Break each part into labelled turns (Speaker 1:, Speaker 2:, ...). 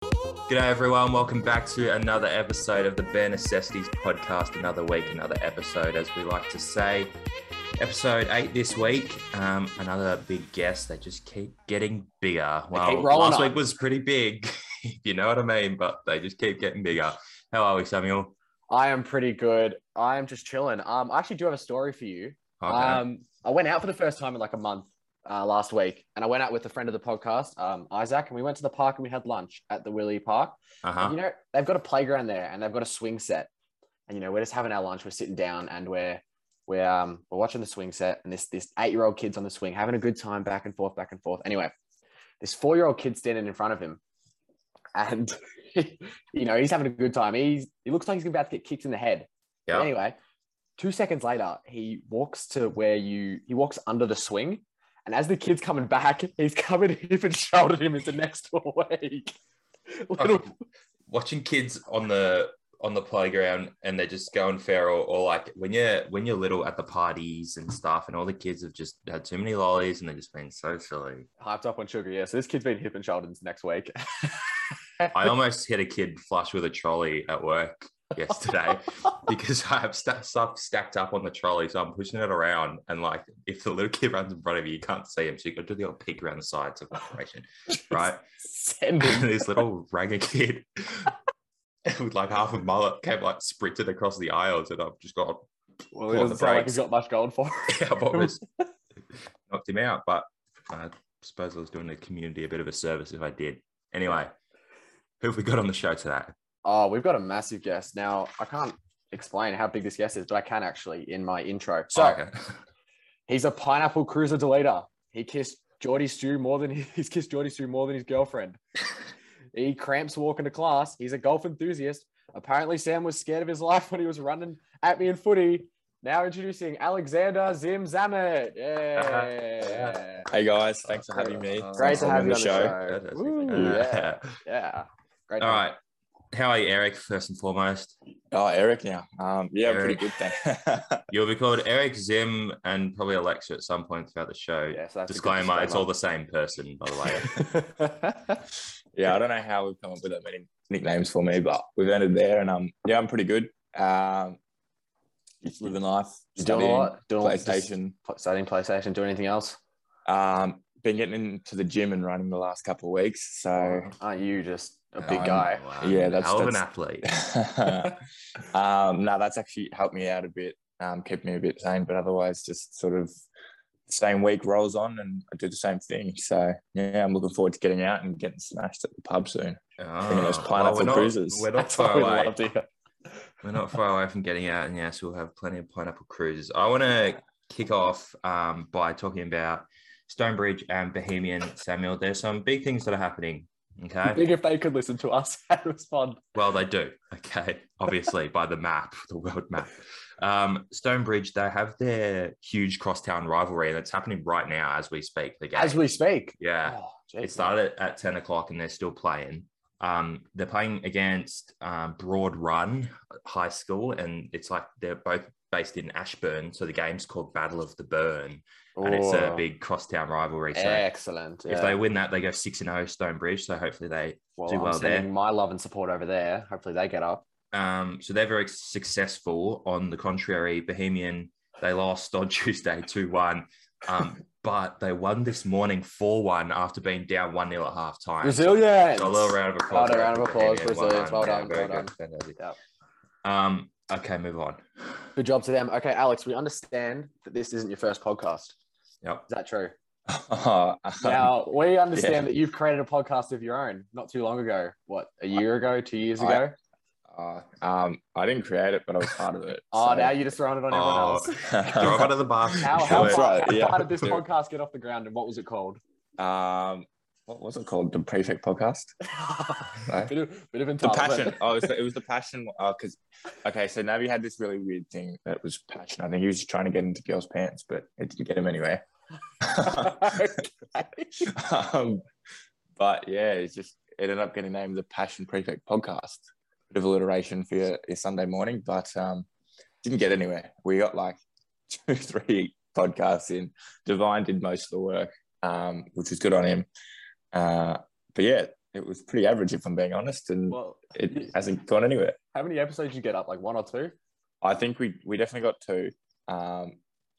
Speaker 1: G'day, everyone. Welcome back to another episode of the Bare Necessities podcast. Another week, another episode, as we like to say. Episode eight this week. Um, another big guest. They just keep getting bigger. Well,
Speaker 2: keep rolling
Speaker 1: last
Speaker 2: up.
Speaker 1: week was pretty big, if you know what I mean, but they just keep getting bigger. How are we, Samuel?
Speaker 2: I am pretty good. I am just chilling. Um, I actually do have a story for you.
Speaker 1: Okay.
Speaker 2: Um, I went out for the first time in like a month uh, last week, and I went out with a friend of the podcast, um, Isaac, and we went to the park and we had lunch at the Willie Park.
Speaker 1: uh-huh.
Speaker 2: You know, they've got a playground there and they've got a swing set, and you know, we're just having our lunch. We're sitting down and we're we're um, we're watching the swing set, and this this eight year old kid's on the swing having a good time, back and forth, back and forth. Anyway, this four year old kid standing in front of him, and you know, he's having a good time. He's he looks like he's about to get kicked in the head. But
Speaker 1: Yeah.
Speaker 2: Anyway, two seconds later, he walks to where you he walks under the swing. And as the kid's coming back, he's covered hip and shouldered him into next week. Little,
Speaker 1: Watching kids on the on the playground and they're just going feral or like when you're when you're little at the parties and stuff and all the kids have just had too many lollies and they've just been so silly.
Speaker 2: hyped up on sugar. Yeah, so this kid's been hip and shouldered into next week.
Speaker 1: I almost hit a kid flush with a trolley at work yesterday because I have sta stuff stacked up on the trolley. So I'm pushing it around. And like, if the little kid runs in front of you, you can't see him. So you got to do the old peek around the sides of the operation, right?
Speaker 2: Send
Speaker 1: And
Speaker 2: him.
Speaker 1: this little ranger kid with like half a mullet came like sprinted across the aisles. And I've just got,
Speaker 2: Well, it
Speaker 1: on
Speaker 2: doesn't
Speaker 1: the
Speaker 2: sound like
Speaker 1: brakes.
Speaker 2: he's got much gold for it.
Speaker 1: I've almost knocked him out. But uh, I suppose I was doing the community a bit of a service if I did. Anyway, who have we got on the show today?
Speaker 2: Oh, we've got a massive guest. Now, I can't explain how big this guest is, but I can actually in my intro. So,
Speaker 1: okay.
Speaker 2: He's a pineapple cruiser deleter. He kissed Geordie Stew more than he's kissed Geordie Stew more than his girlfriend. he cramps walking to class. He's a golf enthusiast. Apparently, Sam was scared of his life when he was running at me in footy. Now introducing Alexander Zim Zamet. Uh-huh. Yeah.
Speaker 3: Hey guys, thanks for having me.
Speaker 2: Great
Speaker 3: Thanks
Speaker 2: to
Speaker 3: for
Speaker 2: have
Speaker 3: having
Speaker 2: you on the show.
Speaker 1: Fantastic.
Speaker 2: Woo, yeah.
Speaker 1: Uh,
Speaker 2: yeah. Great.
Speaker 1: All right. How are you, Eric? First and foremost,
Speaker 3: Oh, Eric now. Um, yeah, I'm
Speaker 1: Eric.
Speaker 3: pretty good. Thanks.
Speaker 1: you'll be called Eric Zim and probably Alexa at some point throughout the show.
Speaker 2: Yeah, so that's a good
Speaker 1: disclaimer: It's all the same person, by the way.
Speaker 2: disclaimer.
Speaker 3: yeah, I don't know how we've come up with that many nicknames for me, but we've ended there. And um, yeah, I'm pretty good. Um, just living life,
Speaker 2: You doing a
Speaker 3: studying,
Speaker 2: lot? Doing
Speaker 3: PlayStation.
Speaker 2: just Studying PlayStation. Doing anything else?
Speaker 3: Um, been getting into the gym and running the last couple of weeks. So
Speaker 2: Aren't you just a big
Speaker 3: Um,
Speaker 2: guy?
Speaker 1: Wow,
Speaker 3: Yeah, that's-
Speaker 1: hell of an
Speaker 3: that's-
Speaker 1: athlete. Oh,
Speaker 3: um, no, that's actually helped me out a bit, um, kept me a bit sane, but otherwise just sort of same week rolls on and I do the same thing. So yeah, I'm looking forward to getting out and getting smashed at the pub soon.
Speaker 1: Oh,
Speaker 3: those
Speaker 1: well,
Speaker 3: pineapple
Speaker 1: we're not,
Speaker 3: cruises.
Speaker 1: We're not
Speaker 2: That's what
Speaker 1: far
Speaker 2: we
Speaker 1: away.
Speaker 2: love to hear.
Speaker 1: We're not far away from getting out, and yes, we'll have plenty of pineapple cruises. I want to kick off um, by talking about Stonebridge and Bohemian Samuel. There's some big things that are happening. Okay.
Speaker 2: Think if they could listen to us and respond.
Speaker 1: Well, they do. Okay. Obviously, by the map, the world map. Um, Stonebridge, they have their huge crosstown rivalry, and it's happening right now as we speak. The game.
Speaker 2: As we speak.
Speaker 1: yeah.
Speaker 2: Oh, jeez.
Speaker 1: It started at 10 o'clock and they're still playing. Um, they're playing against um, Broad Run High School, and it's like they're both based in Ashburn. So the game's called Battle of the Burn, and it's a
Speaker 2: Oh,
Speaker 1: big crosstown rivalry. So
Speaker 2: Excellent.
Speaker 1: if
Speaker 2: yeah.
Speaker 1: they win that, they go 6 and 0 Stonebridge. So hopefully they
Speaker 2: well,
Speaker 1: do
Speaker 2: I'm
Speaker 1: well there.
Speaker 2: sending my love and support over there. Hopefully they get up.
Speaker 1: Um, so they're very successful. On the contrary, Bohemian they lost on Tuesday two one, um, but they won this morning four one after being down one 0 at half time.
Speaker 2: Resilient.
Speaker 1: So a little round of applause.
Speaker 2: Round of- round of applause,
Speaker 1: Bohemian.
Speaker 2: Brazilians. Well done,
Speaker 1: Yeah, very
Speaker 2: well
Speaker 1: good. Fantastic.
Speaker 2: Yep.
Speaker 1: Um, okay, move on.
Speaker 2: Good job to them. Okay, Alex, we understand that this isn't your first podcast.
Speaker 1: Yep.
Speaker 2: Is that true?
Speaker 3: Um,
Speaker 2: Now, we understand that you've created a podcast of your own not too long ago. What, a year ago, two years
Speaker 3: I-
Speaker 2: ago?
Speaker 3: uh, um, I didn't create it, but I was part of it.
Speaker 2: oh,
Speaker 3: so-
Speaker 2: now you're just throwing it on everyone
Speaker 1: Oh.
Speaker 2: else.
Speaker 1: Throw it under the basket.
Speaker 2: How,
Speaker 1: Do
Speaker 2: how,
Speaker 1: it.
Speaker 3: That's
Speaker 2: far,
Speaker 3: right,
Speaker 2: how
Speaker 3: yeah.
Speaker 2: far did this
Speaker 1: Do it.
Speaker 2: podcast get off the ground and what was it called?
Speaker 3: um, what was it called? The Prefect Podcast. Right.
Speaker 2: bit, of, bit of
Speaker 3: The
Speaker 2: entitlement.
Speaker 3: passion. Oh, it was the, it was the passion. Because okay, so Navi had this really weird thing that was passion. I think he was just trying to get into girls' pants, but it didn't get him anywhere. um, but yeah, it's just it ended up getting named the Passion Prefect Podcast. Bit of alliteration for your, your Sunday morning, but um, didn't get anywhere. We got like two, three podcasts in. Divine did most of the work, um, which was good on him. Uh, but yeah, it was pretty average, if I'm being honest, and
Speaker 2: Well,
Speaker 3: it hasn't gone anywhere.
Speaker 2: how many episodes did you get up? Like one or two?
Speaker 3: I think we we definitely got two. Um,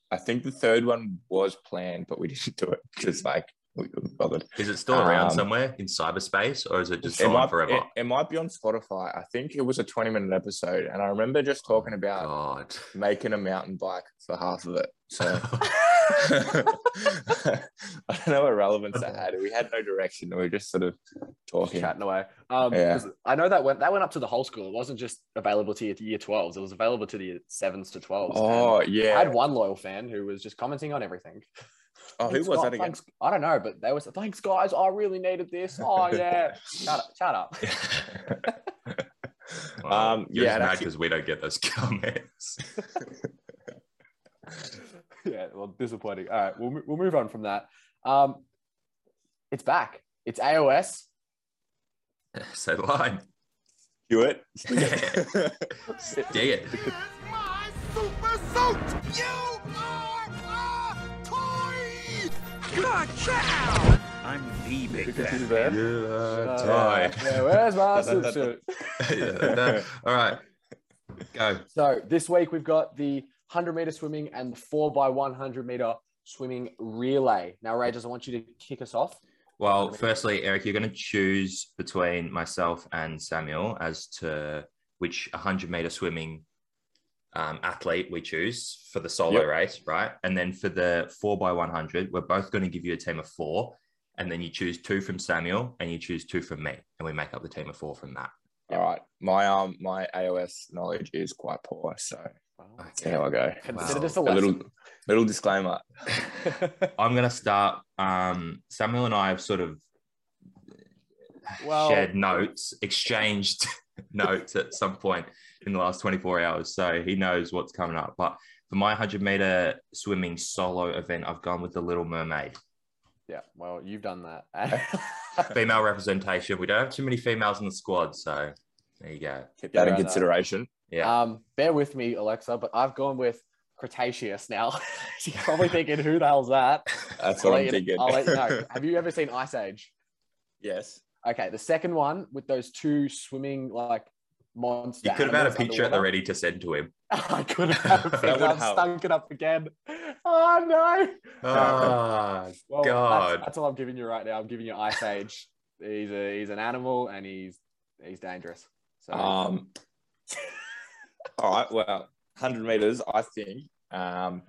Speaker 3: I think the third one was planned, but we didn't do it because like we couldn't bother.
Speaker 1: Is it still around
Speaker 3: Um,
Speaker 1: somewhere in cyberspace, or is it just
Speaker 3: it
Speaker 1: gone
Speaker 3: might,
Speaker 1: forever?
Speaker 3: It, it might be on Spotify. I think it was a 20 minute episode, and I remember just
Speaker 2: Oh
Speaker 3: talking about
Speaker 1: God.
Speaker 3: making a mountain bike for half of it. So
Speaker 2: Um,
Speaker 3: I don't know what relevance that had. We had no direction. We were just sort of talking.
Speaker 2: Chatting away. Um,
Speaker 3: Yeah.
Speaker 2: 'cause I know that went that went up to the whole school. It wasn't just available to your year twelves. It was available to the sevens to twelves.
Speaker 3: Oh
Speaker 2: I
Speaker 3: yeah.
Speaker 2: had one loyal fan who was just commenting on everything.
Speaker 3: Oh, who
Speaker 2: Thanks,
Speaker 3: was
Speaker 2: guy-
Speaker 3: that again?
Speaker 2: Thanks, I don't know, but they was thanks guys. I really needed this. Oh yeah. shut up. Shut up.
Speaker 1: Wow.
Speaker 3: um,
Speaker 1: You're
Speaker 3: yeah,
Speaker 1: just mad
Speaker 3: and actually-
Speaker 1: because we don't get those comments.
Speaker 2: yeah, well, disappointing. All right, we'll, mo- we'll move on from that. Um, it's back. It's AOS.
Speaker 1: so line.
Speaker 3: Hewitt.
Speaker 1: Dig it.
Speaker 4: Here's my super suit! You are a toy! Good child! I'm the big
Speaker 3: Continue there.
Speaker 1: You are
Speaker 2: Uh,
Speaker 1: tight.
Speaker 2: yeah, where's my swimsuit?
Speaker 1: Yeah, no. All right. Go.
Speaker 2: So this week we've got the 100 meter swimming and the 4 by 100 meter swimming relay. Now, Rages, I want you to kick us off.
Speaker 1: Well, firstly, Eric, you're going to choose between myself and Samuel as to which 100 meter swimming um, athlete we choose for the solo
Speaker 3: Yep.
Speaker 1: race, right? And then for the four by 100, we're both going to give you a team of four. And then you choose two from Samuel and you choose two from me. And we make up the team of four from that.
Speaker 3: All right. My um my AOS knowledge is quite poor, so
Speaker 2: Wow.
Speaker 3: let's see how I go.
Speaker 2: Consider
Speaker 1: Wow.
Speaker 2: this a
Speaker 3: A
Speaker 2: lesson.
Speaker 3: little little disclaimer.
Speaker 1: I'm going to start. Um, Samuel and I have sort of
Speaker 2: Well-
Speaker 1: shared notes, exchanged notes at some point in the last 24 hours. So he knows what's coming up. But for my 100 meter swimming solo event, I've gone with the Little Mermaid.
Speaker 2: yeah, well, you've done that.
Speaker 1: Female representation. We don't have too many females in the squad. So there you go.
Speaker 3: Keep that
Speaker 2: Yeah, I
Speaker 3: in
Speaker 2: know.
Speaker 3: consideration.
Speaker 1: Yeah.
Speaker 2: um, bear with me, Alexa, but I've gone with Cretaceous now. She's probably thinking, who the hell's that?
Speaker 3: That's
Speaker 2: I'll let
Speaker 3: what I'm
Speaker 2: you-
Speaker 3: thinking.
Speaker 2: I'll let you know. Have you ever seen Ice Age?
Speaker 3: yes.
Speaker 2: Okay, the second one with those two swimming like monsters.
Speaker 1: you could have had a picture at the ready to send to him.
Speaker 2: I could
Speaker 1: That
Speaker 2: have. had a picture.
Speaker 3: would
Speaker 2: I've
Speaker 3: help.
Speaker 2: stunk it up again. Oh no!
Speaker 1: Ah,
Speaker 2: Well,
Speaker 1: God.
Speaker 2: That's, that's all I'm giving you right now. I'm giving you Ice Age. he's a, he's an animal and he's he's dangerous. So
Speaker 1: Oh,
Speaker 3: Um, all right. Well, 100 meters, I think. Um,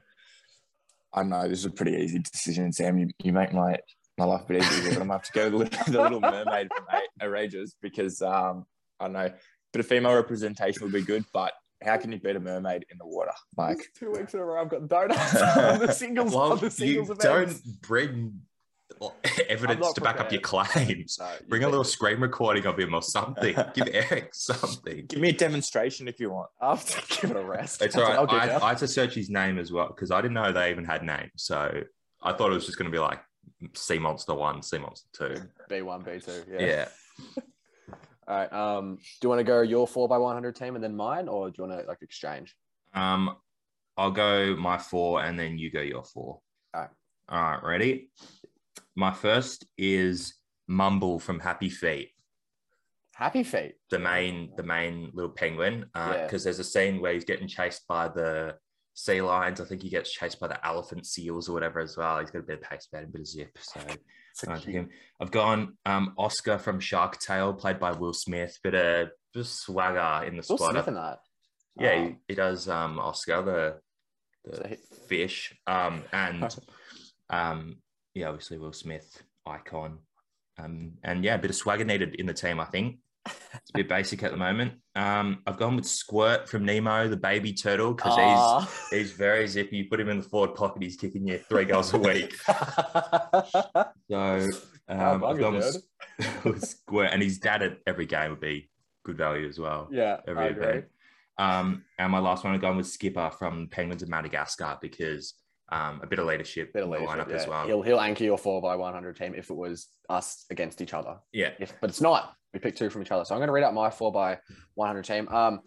Speaker 3: I know this is a pretty easy decision, Sam. You, you make my, my life a bit easier, but I'm going to have to go with the little, the little mermaid from A- Arages because um, I don't know, a bit of female representation would be good, but how can you beat a mermaid in the water? Like,
Speaker 2: two weeks in a row, I've got donuts on the singles on
Speaker 1: well,
Speaker 2: the
Speaker 1: you
Speaker 2: singles event.
Speaker 1: don't bring evidence
Speaker 2: not
Speaker 1: to back up your claims.
Speaker 2: No, you
Speaker 1: Bring a
Speaker 2: bet.
Speaker 1: little screen recording of him or something. Give Eric something.
Speaker 3: give me a demonstration if you want.
Speaker 2: I'll have to give it a rest.
Speaker 1: It's all
Speaker 2: That's
Speaker 1: right.
Speaker 2: what I'll
Speaker 1: I,
Speaker 2: give you.
Speaker 1: I had to search his name as well because I didn't know they even had names. So I thought it was just going to be like Sea Monster 1, Sea Monster 2.
Speaker 2: B1, B2.
Speaker 1: Yeah.
Speaker 2: All right. Um, do you want to go your four by one hundred team and then mine, or do you want to like exchange?
Speaker 1: Um, I'll go my four and then you go your four.
Speaker 2: All right.
Speaker 1: All right. Ready? My first is Mumble from Happy Feet.
Speaker 2: Happy feet.
Speaker 1: the main the main little penguin because
Speaker 2: Yeah.
Speaker 1: there's a scene where he's getting chased by the sea lions. I think he gets chased by the elephant seals or whatever as well. He's got a bit of pace about him, a bit of zip. So I like him. I've gone um, Oscar from Shark Tale, played by Will Smith, bit of just swagger in the
Speaker 2: Will
Speaker 1: squad. I
Speaker 2: Smith in that.
Speaker 1: yeah,
Speaker 2: Um,
Speaker 1: he, he does um, Oscar the, the
Speaker 2: So he-
Speaker 1: fish, um, and um, yeah, obviously Will Smith icon, um, and yeah, a bit of swagger needed in the team. I think it's a bit basic at the moment. Um, I've gone with Squirt from Nemo, the baby turtle, because
Speaker 2: Ah.
Speaker 1: he's he's very zippy. You put him in the forward pocket, he's kicking you three goals a week.
Speaker 2: Ah.
Speaker 1: So um, I've
Speaker 2: bugger,
Speaker 1: gone with, with Squirt, and his dad at every game would be good value as well
Speaker 2: yeah,
Speaker 1: every
Speaker 2: I agree.
Speaker 1: event. Um, and my last one I've gone with Skipper from Penguins of Madagascar because um, a bit of leadership
Speaker 2: Bit
Speaker 1: in
Speaker 2: of
Speaker 1: the
Speaker 2: leadership,
Speaker 1: lineup as
Speaker 2: yeah.
Speaker 1: well.
Speaker 2: He'll he'll anchor your four by one hundred team if it was us against each other.
Speaker 1: yeah.
Speaker 2: If, but it's not. We picked two from each other. So I'm going to read out my four by 100 team. Um,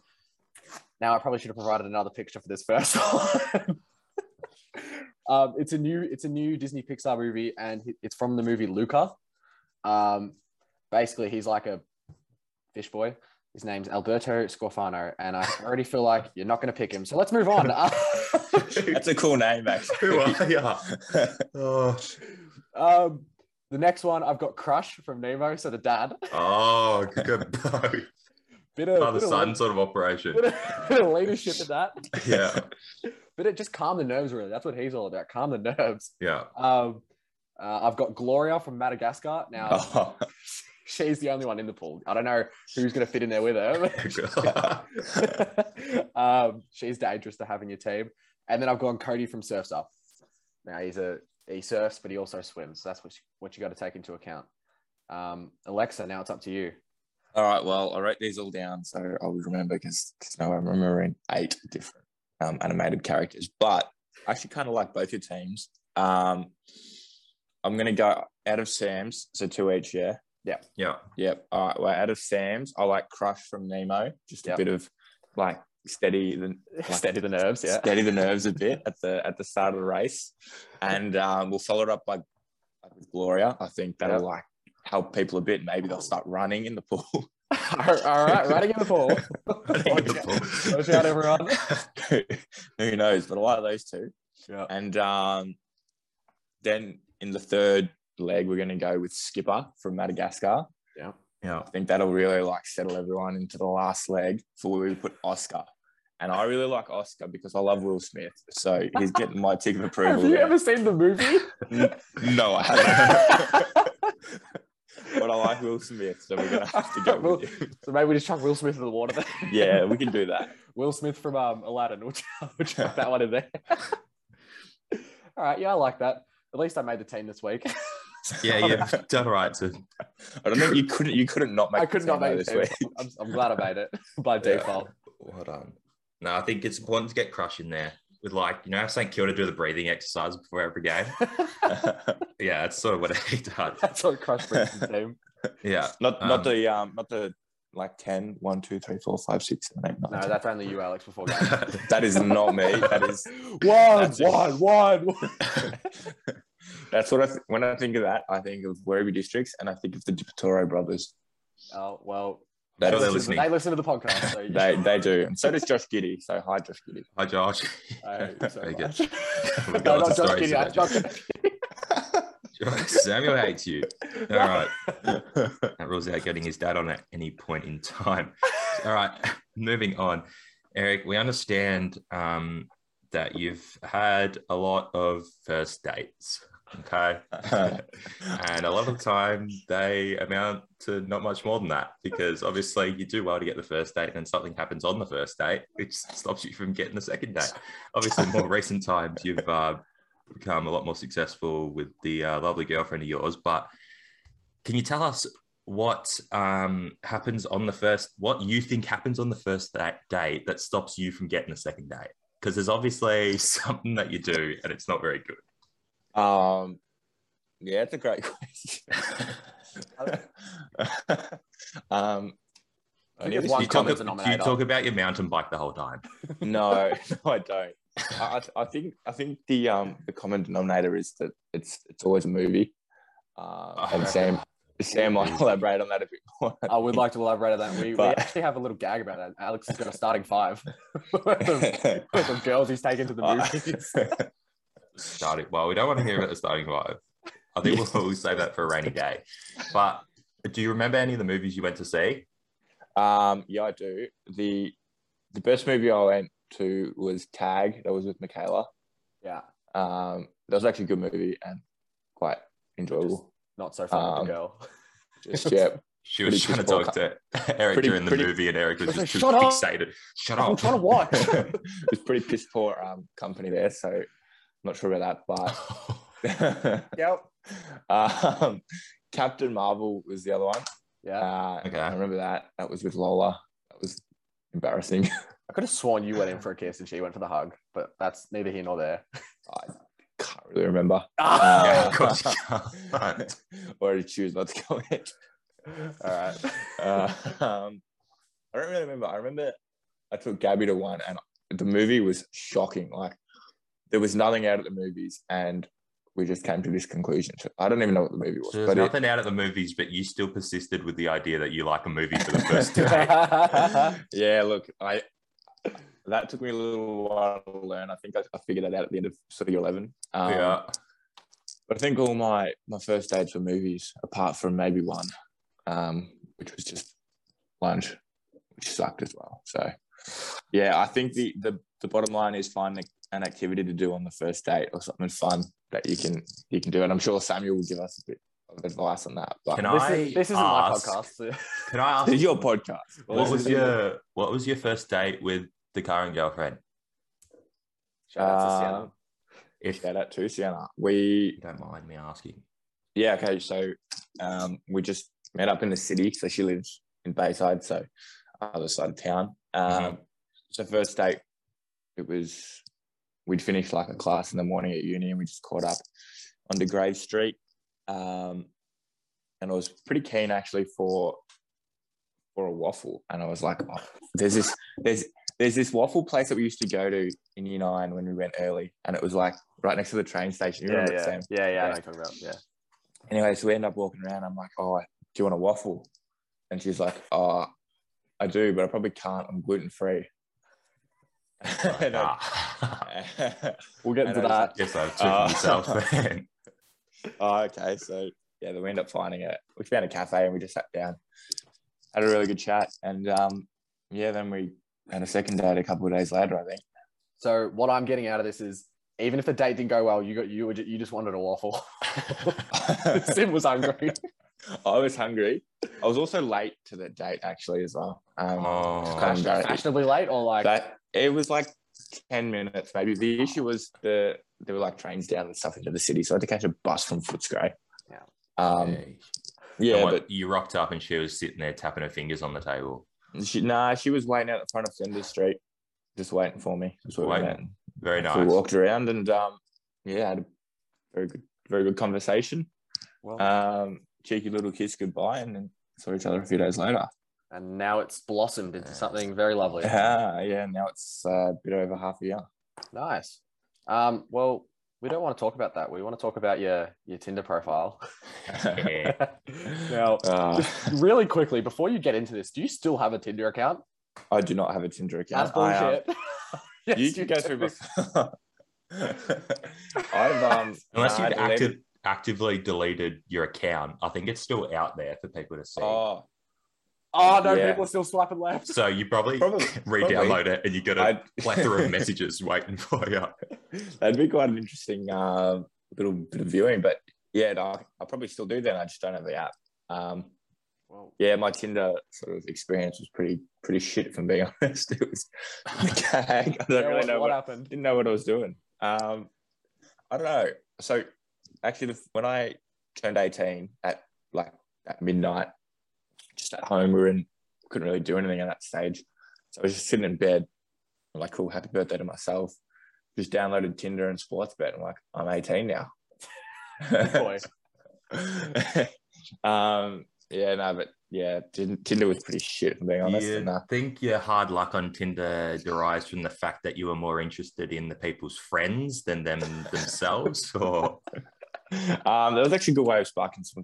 Speaker 2: now I probably should have provided another picture for this first one. um, it's a new it's a new Disney Pixar movie, and it's from the movie Luca. Um, basically he's like a fish boy. His name's Alberto Scorfano, and I already feel like you're not going to pick him. So let's move on.
Speaker 3: That's a cool name,
Speaker 1: Who
Speaker 3: actually.
Speaker 1: are you? Oh,
Speaker 2: um, the next one I've got Crush from Nemo, so the dad.
Speaker 1: oh good. Father
Speaker 2: Bit of, bit of-
Speaker 1: son sort of operation.
Speaker 2: bit of, bit of leadership in that,
Speaker 1: Yeah.
Speaker 2: but it just calm the nerves. Really, that's what he's all about. Calm the nerves.
Speaker 1: Yeah.
Speaker 2: Um, uh, I've got Gloria from Madagascar. Now
Speaker 3: oh,
Speaker 2: she's the only one in the pool. I don't know who's going to fit in there with her. Oh, um, she's dangerous to have in your team. And then I've gone Cody from Surfs Up. Now he's a he surfs, but he also swims. So that's what you, what you got to take into account. Um, Alexa, now it's up to you.
Speaker 3: all right. Well, I wrote these all down so I would remember because now I'm remembering eight different um, animated characters. But I actually kind of like both your teams. Um, I'm gonna go out of Sam's, so two each. Yeah.
Speaker 1: yeah.
Speaker 3: Yep. All right. Well, out of Sam's, I like Crush from Nemo. Just a
Speaker 2: Yep.
Speaker 3: bit of like steady the
Speaker 2: Steady the nerves, yeah.
Speaker 3: steady the nerves a bit at the at the start of the race, and um, we'll follow it up by with Gloria. I think that'll
Speaker 2: Yep.
Speaker 3: like help people a bit. Maybe they'll start running in the pool.
Speaker 2: all right, running in the pool. Watch out, everyone.
Speaker 3: Who knows? But I like those two.
Speaker 2: Yeah.
Speaker 3: And um, then in the third leg, we're going to go with Skipper from Madagascar.
Speaker 2: Yeah.
Speaker 1: Yeah.
Speaker 3: I think that'll really like settle everyone into the last leg for where we put Oscar. And I really like Oscar because I love Will Smith. So he's getting my tick of approval.
Speaker 2: Have you
Speaker 3: there.
Speaker 2: ever seen the movie?
Speaker 3: No, I haven't. but I like Will Smith. So we're going to have to go
Speaker 2: Will-
Speaker 3: with you.
Speaker 2: so maybe we just chuck Will Smith in the water. Then.
Speaker 3: Yeah, we can do that.
Speaker 2: Will Smith from um, Aladdin. We'll chuck, we'll chuck that one in there. all right, yeah, I like that. At least I made the team this week.
Speaker 1: Yeah, you've done all right to
Speaker 3: I don't think you couldn't, you couldn't not make
Speaker 2: I
Speaker 3: the
Speaker 2: could not
Speaker 3: team, though,
Speaker 2: make this
Speaker 3: this week.
Speaker 2: I'm, I'm glad I made it by default.
Speaker 1: Well done. No, I think it's important to get crush in there with like, you know, how St. Kilda do the breathing exercise before every game. Yeah, that's sort of what he does.
Speaker 2: That's what Crush brings to the team.
Speaker 1: Yeah.
Speaker 3: not
Speaker 1: Um,
Speaker 3: not the um not the like 10 1 2 3 4 5 6 7 8 9
Speaker 2: No,
Speaker 3: 10.
Speaker 2: that's only you, Alex, before going.
Speaker 3: that is not me that is
Speaker 2: One,
Speaker 3: That's it.
Speaker 2: one, one, one.
Speaker 3: that's what i th- when i think of that i think of werribee districts and i think of the Dipatoro brothers
Speaker 2: Oh, well,
Speaker 3: That
Speaker 1: Sure
Speaker 3: is-
Speaker 1: they're
Speaker 2: listen to-
Speaker 1: listening.
Speaker 2: they listen to the podcast. So you
Speaker 3: they they do and so does josh giddy so hi josh giddy
Speaker 1: Hi, Josh.
Speaker 2: I hate you so
Speaker 1: Very good.
Speaker 2: much.
Speaker 1: Oh my
Speaker 2: no,
Speaker 1: God,
Speaker 2: not
Speaker 1: the
Speaker 2: Josh
Speaker 1: stories
Speaker 2: Gideon.
Speaker 1: about
Speaker 2: Josh-
Speaker 1: Josh. Samuel hates you. All right. That rules out getting his dad on at any point in time. All right, moving on. Eric, we understand um, that you've had a lot of first dates. Okay. And a lot of the time they amount to not much more than that because obviously you do well to get the first date and then something happens on the first date, which stops you from getting the second date. Obviously, in more recent times, you've uh, become a lot more successful with the uh, lovely girlfriend of yours. But can you tell us what um, happens on the first, what you think happens on the first da- date that stops you from getting the second date? Because there's obviously something that you do and it's not very good.
Speaker 3: um yeah it's a great question um
Speaker 2: I think it's one
Speaker 1: You talk,
Speaker 2: common
Speaker 1: do you
Speaker 2: denominator.
Speaker 1: talk about your mountain bike the whole time.
Speaker 3: no, no, I don't. I, I- I think I think the um the common denominator is that it's it's always a movie. Uh, and Sam Sam might elaborate on that a bit more.
Speaker 2: I would like to elaborate on that. We,
Speaker 3: But-
Speaker 2: we actually have a little gag about that. Alex has got a starting five. the, the girls he's taken to the movies.
Speaker 1: Starting well, we don't want to hear about the starting vibe. I think we'll, we'll save that for a rainy day. But do you remember any of the movies you went to see?
Speaker 3: um, yeah, I do. the The best movie I went to was Tag. That was with Michaela.
Speaker 2: yeah,
Speaker 3: Um, that was actually a good movie and quite enjoyable.
Speaker 2: not so fun
Speaker 3: Um,
Speaker 2: with the girl.
Speaker 1: oh.
Speaker 3: Just yeah,
Speaker 1: She was
Speaker 3: Pretty
Speaker 1: trying to
Speaker 3: just
Speaker 1: talk to Eric
Speaker 3: pretty-
Speaker 1: during the
Speaker 3: pretty-
Speaker 1: movie, and Eric was
Speaker 2: Like,
Speaker 1: just too
Speaker 2: "Shut up."
Speaker 1: fixated. Shut up!
Speaker 2: I'm trying to watch.
Speaker 3: it was pretty piss poor um, company there. So I'm not sure about that, but
Speaker 2: yep.
Speaker 3: um, Captain Marvel was the other one.
Speaker 2: Yeah.
Speaker 3: Uh,
Speaker 1: Okay.
Speaker 3: I remember that. That was with Lola. That was embarrassing.
Speaker 2: I could have sworn you went in for a kiss and she went for the hug, but that's neither here nor there.
Speaker 3: I can't really remember.
Speaker 1: yeah,
Speaker 3: Uh,
Speaker 1: of course you can't.
Speaker 3: or to choose not to go in.
Speaker 2: All right.
Speaker 3: Uh, um, I don't really remember. I remember I took Gabby to one, and the movie was shocking. Like there was nothing out at the movies, and we just came to this conclusion. So I don't even know what the movie was,
Speaker 1: So there's
Speaker 3: but it,
Speaker 1: nothing out at the movies, but you still persisted with the idea that you like a movie for the first two.
Speaker 3: yeah, look, I that took me a little while to learn. I think I, I figured that out at the end of sort of year eleven. Um,
Speaker 1: yeah.
Speaker 3: But I think all my my first dates were movies, apart from maybe one, um, which was just lunch, which sucked as well. So yeah, I think the the, the bottom line is find an activity to do on the first date or something fun that you can you can do. And I'm sure Samuel will give us a bit of advice on that. But
Speaker 1: Can
Speaker 2: this,
Speaker 1: I
Speaker 2: is, this isn't
Speaker 1: ask,
Speaker 2: my podcast.
Speaker 1: Can I ask
Speaker 3: this is your podcast.
Speaker 1: what was your what was your first date with the current girlfriend?
Speaker 2: Shout out to Sienna.
Speaker 3: Um,
Speaker 1: If
Speaker 3: Shout out to Sienna. We
Speaker 1: you don't mind me asking.
Speaker 3: yeah okay. So um, we just met up in the city. So she lives in Bayside, so other side of town. Um,
Speaker 2: Mm-hmm.
Speaker 3: So first date, it was we'd finished like a class in the morning at uni, and we just caught up on the Grave Street. Um, and I was pretty keen actually for for a waffle, and I was like, oh, there's this there's there's this waffle place that we used to go to in year nine when we went early, and it was like right next to the train station. You
Speaker 2: yeah,
Speaker 3: remember it,
Speaker 2: yeah,
Speaker 3: Sam?
Speaker 2: yeah, yeah. I know
Speaker 3: Yeah.
Speaker 2: what you're talking about. Yeah.
Speaker 3: Anyway, so we end up walking around. I'm like, oh, do you want a waffle? And she's like, oh, I do, but I probably can't. I'm gluten free.
Speaker 1: Like,
Speaker 3: and I-
Speaker 1: ah.
Speaker 2: We'll
Speaker 3: get into that.
Speaker 1: Guess I've
Speaker 3: Uh,
Speaker 1: took myself then.
Speaker 3: oh, okay. So yeah, then we end up finding it. We found a cafe and we just sat down, had a really good chat, and um, yeah, then we had a second date a couple of days later. I think.
Speaker 2: So what I'm getting out of this is, even if the date didn't go well, you got you were ju- you just wanted a waffle. Sim was hungry.
Speaker 3: I was hungry. I was also late to the date actually as well. Um,
Speaker 1: Oh.
Speaker 3: kind of embarrassing.
Speaker 2: Fashionably late, or like
Speaker 3: But it was like ten minutes maybe. The issue was the there were like trains down and stuff into the city, so I had to catch a bus from Footscray.
Speaker 2: Yeah.
Speaker 3: Um,
Speaker 1: And
Speaker 3: yeah,
Speaker 1: what-
Speaker 3: but
Speaker 1: you rocked up and she was sitting there tapping her fingers on the table.
Speaker 3: She, nah, she was waiting out the front of Flinders Street, just waiting for me. That's where we
Speaker 1: Waiting.
Speaker 3: met.
Speaker 1: Very
Speaker 3: So we
Speaker 1: nice.
Speaker 3: walked around and um, yeah, had a very good, very good conversation.
Speaker 2: well,
Speaker 3: Um, cheeky little kiss goodbye, and then saw each other a few days later.
Speaker 2: and now it's blossomed into
Speaker 1: Yeah.
Speaker 2: something very lovely.
Speaker 3: Yeah, Ah, yeah. Now it's uh, a bit over half a year.
Speaker 2: Nice. Um, well, we don't want to talk about that. We want to talk about your your Tinder profile.
Speaker 1: Yeah.
Speaker 2: now,
Speaker 3: Uh,
Speaker 2: just really quickly before you get into this, do you still have a Tinder account?
Speaker 3: I do not have a Tinder account.
Speaker 2: That's bullshit.
Speaker 3: I, um,
Speaker 2: Yes,
Speaker 3: you can go
Speaker 2: do.
Speaker 3: through. my- I've um,
Speaker 1: Unless
Speaker 3: nah,
Speaker 1: you've
Speaker 3: I deleted-
Speaker 1: active, actively deleted your account, I think it's still out there for people to see.
Speaker 3: Oh,
Speaker 2: Oh no,
Speaker 3: Yeah.
Speaker 2: people are still swiping left.
Speaker 1: So you probably,
Speaker 3: Probably-
Speaker 1: re-download it and you get a
Speaker 3: I-
Speaker 1: plethora of messages waiting for you.
Speaker 3: That'd be quite an interesting uh, little bit of viewing, but yeah, no, I probably still do that. I just don't have the app. Um,
Speaker 2: Well,
Speaker 3: yeah, my Tinder sort of experience was pretty pretty shit, if I'm being honest. It was gag. I don't
Speaker 2: yeah,
Speaker 3: really
Speaker 2: what,
Speaker 3: know
Speaker 2: what
Speaker 3: what,
Speaker 2: happened?
Speaker 3: didn't know what I was doing. Um, I don't know. So actually, the, when I turned 18 at like at midnight, just at home, we were in, couldn't really do anything at that stage. So I was just sitting in bed. I'm like, cool, happy birthday to myself. Just downloaded Tinder and Sportsbet. I'm like, I'm 18 now.
Speaker 2: Good boy.
Speaker 3: um, yeah, no, but yeah, Tin- Tinder was pretty shit, if I'm being honest.
Speaker 1: you
Speaker 3: And, uh,
Speaker 1: think your hard luck on Tinder derives from the fact that you were more interested in the people's friends than them themselves? Or
Speaker 3: um, that was actually a good way of sparking some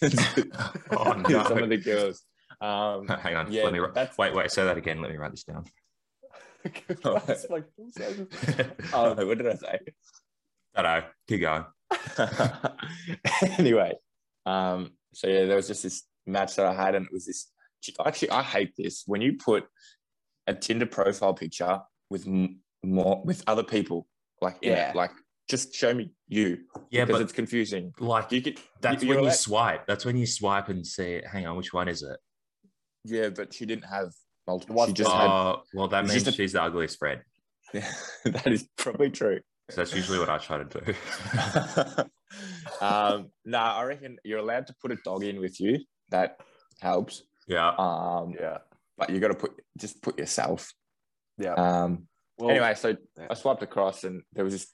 Speaker 3: with
Speaker 1: oh no.
Speaker 3: some of the girls. Um,
Speaker 1: Hang on,
Speaker 3: yeah,
Speaker 1: let me wri-
Speaker 3: that's-
Speaker 1: wait, wait, say that again. Let me write this down.
Speaker 2: That's like-
Speaker 3: oh, what did I say?
Speaker 1: I don't know. Keep going.
Speaker 3: anyway, um, so yeah, there was just this match that I had, and it was this. Actually, I hate this when you put a Tinder profile picture with m- more with other people, like yeah,
Speaker 2: Yeah.
Speaker 3: like just show me you,
Speaker 1: Yeah,
Speaker 3: because
Speaker 1: but
Speaker 3: it's confusing.
Speaker 1: like
Speaker 3: You could
Speaker 1: that's
Speaker 3: you-
Speaker 1: when
Speaker 3: you're
Speaker 1: you
Speaker 3: like-
Speaker 1: swipe. That's when you swipe and say, hang on, which one is it?
Speaker 3: yeah, but she didn't have multiple.
Speaker 2: What
Speaker 3: She just
Speaker 1: oh,
Speaker 3: had
Speaker 1: well, that
Speaker 3: it's
Speaker 1: means
Speaker 3: just a-
Speaker 1: she's the ugliest friend.
Speaker 3: that is probably true.
Speaker 1: So that's usually what I try to do.
Speaker 3: um, no, I reckon you're allowed to put a dog in with you. That helps.
Speaker 1: yeah.
Speaker 3: Um,
Speaker 2: yeah,
Speaker 3: but you got to put just put yourself.
Speaker 2: yeah.
Speaker 1: Uh,
Speaker 3: Um,
Speaker 2: Well,
Speaker 3: anyway, so
Speaker 2: yeah.
Speaker 3: I swiped across and there was just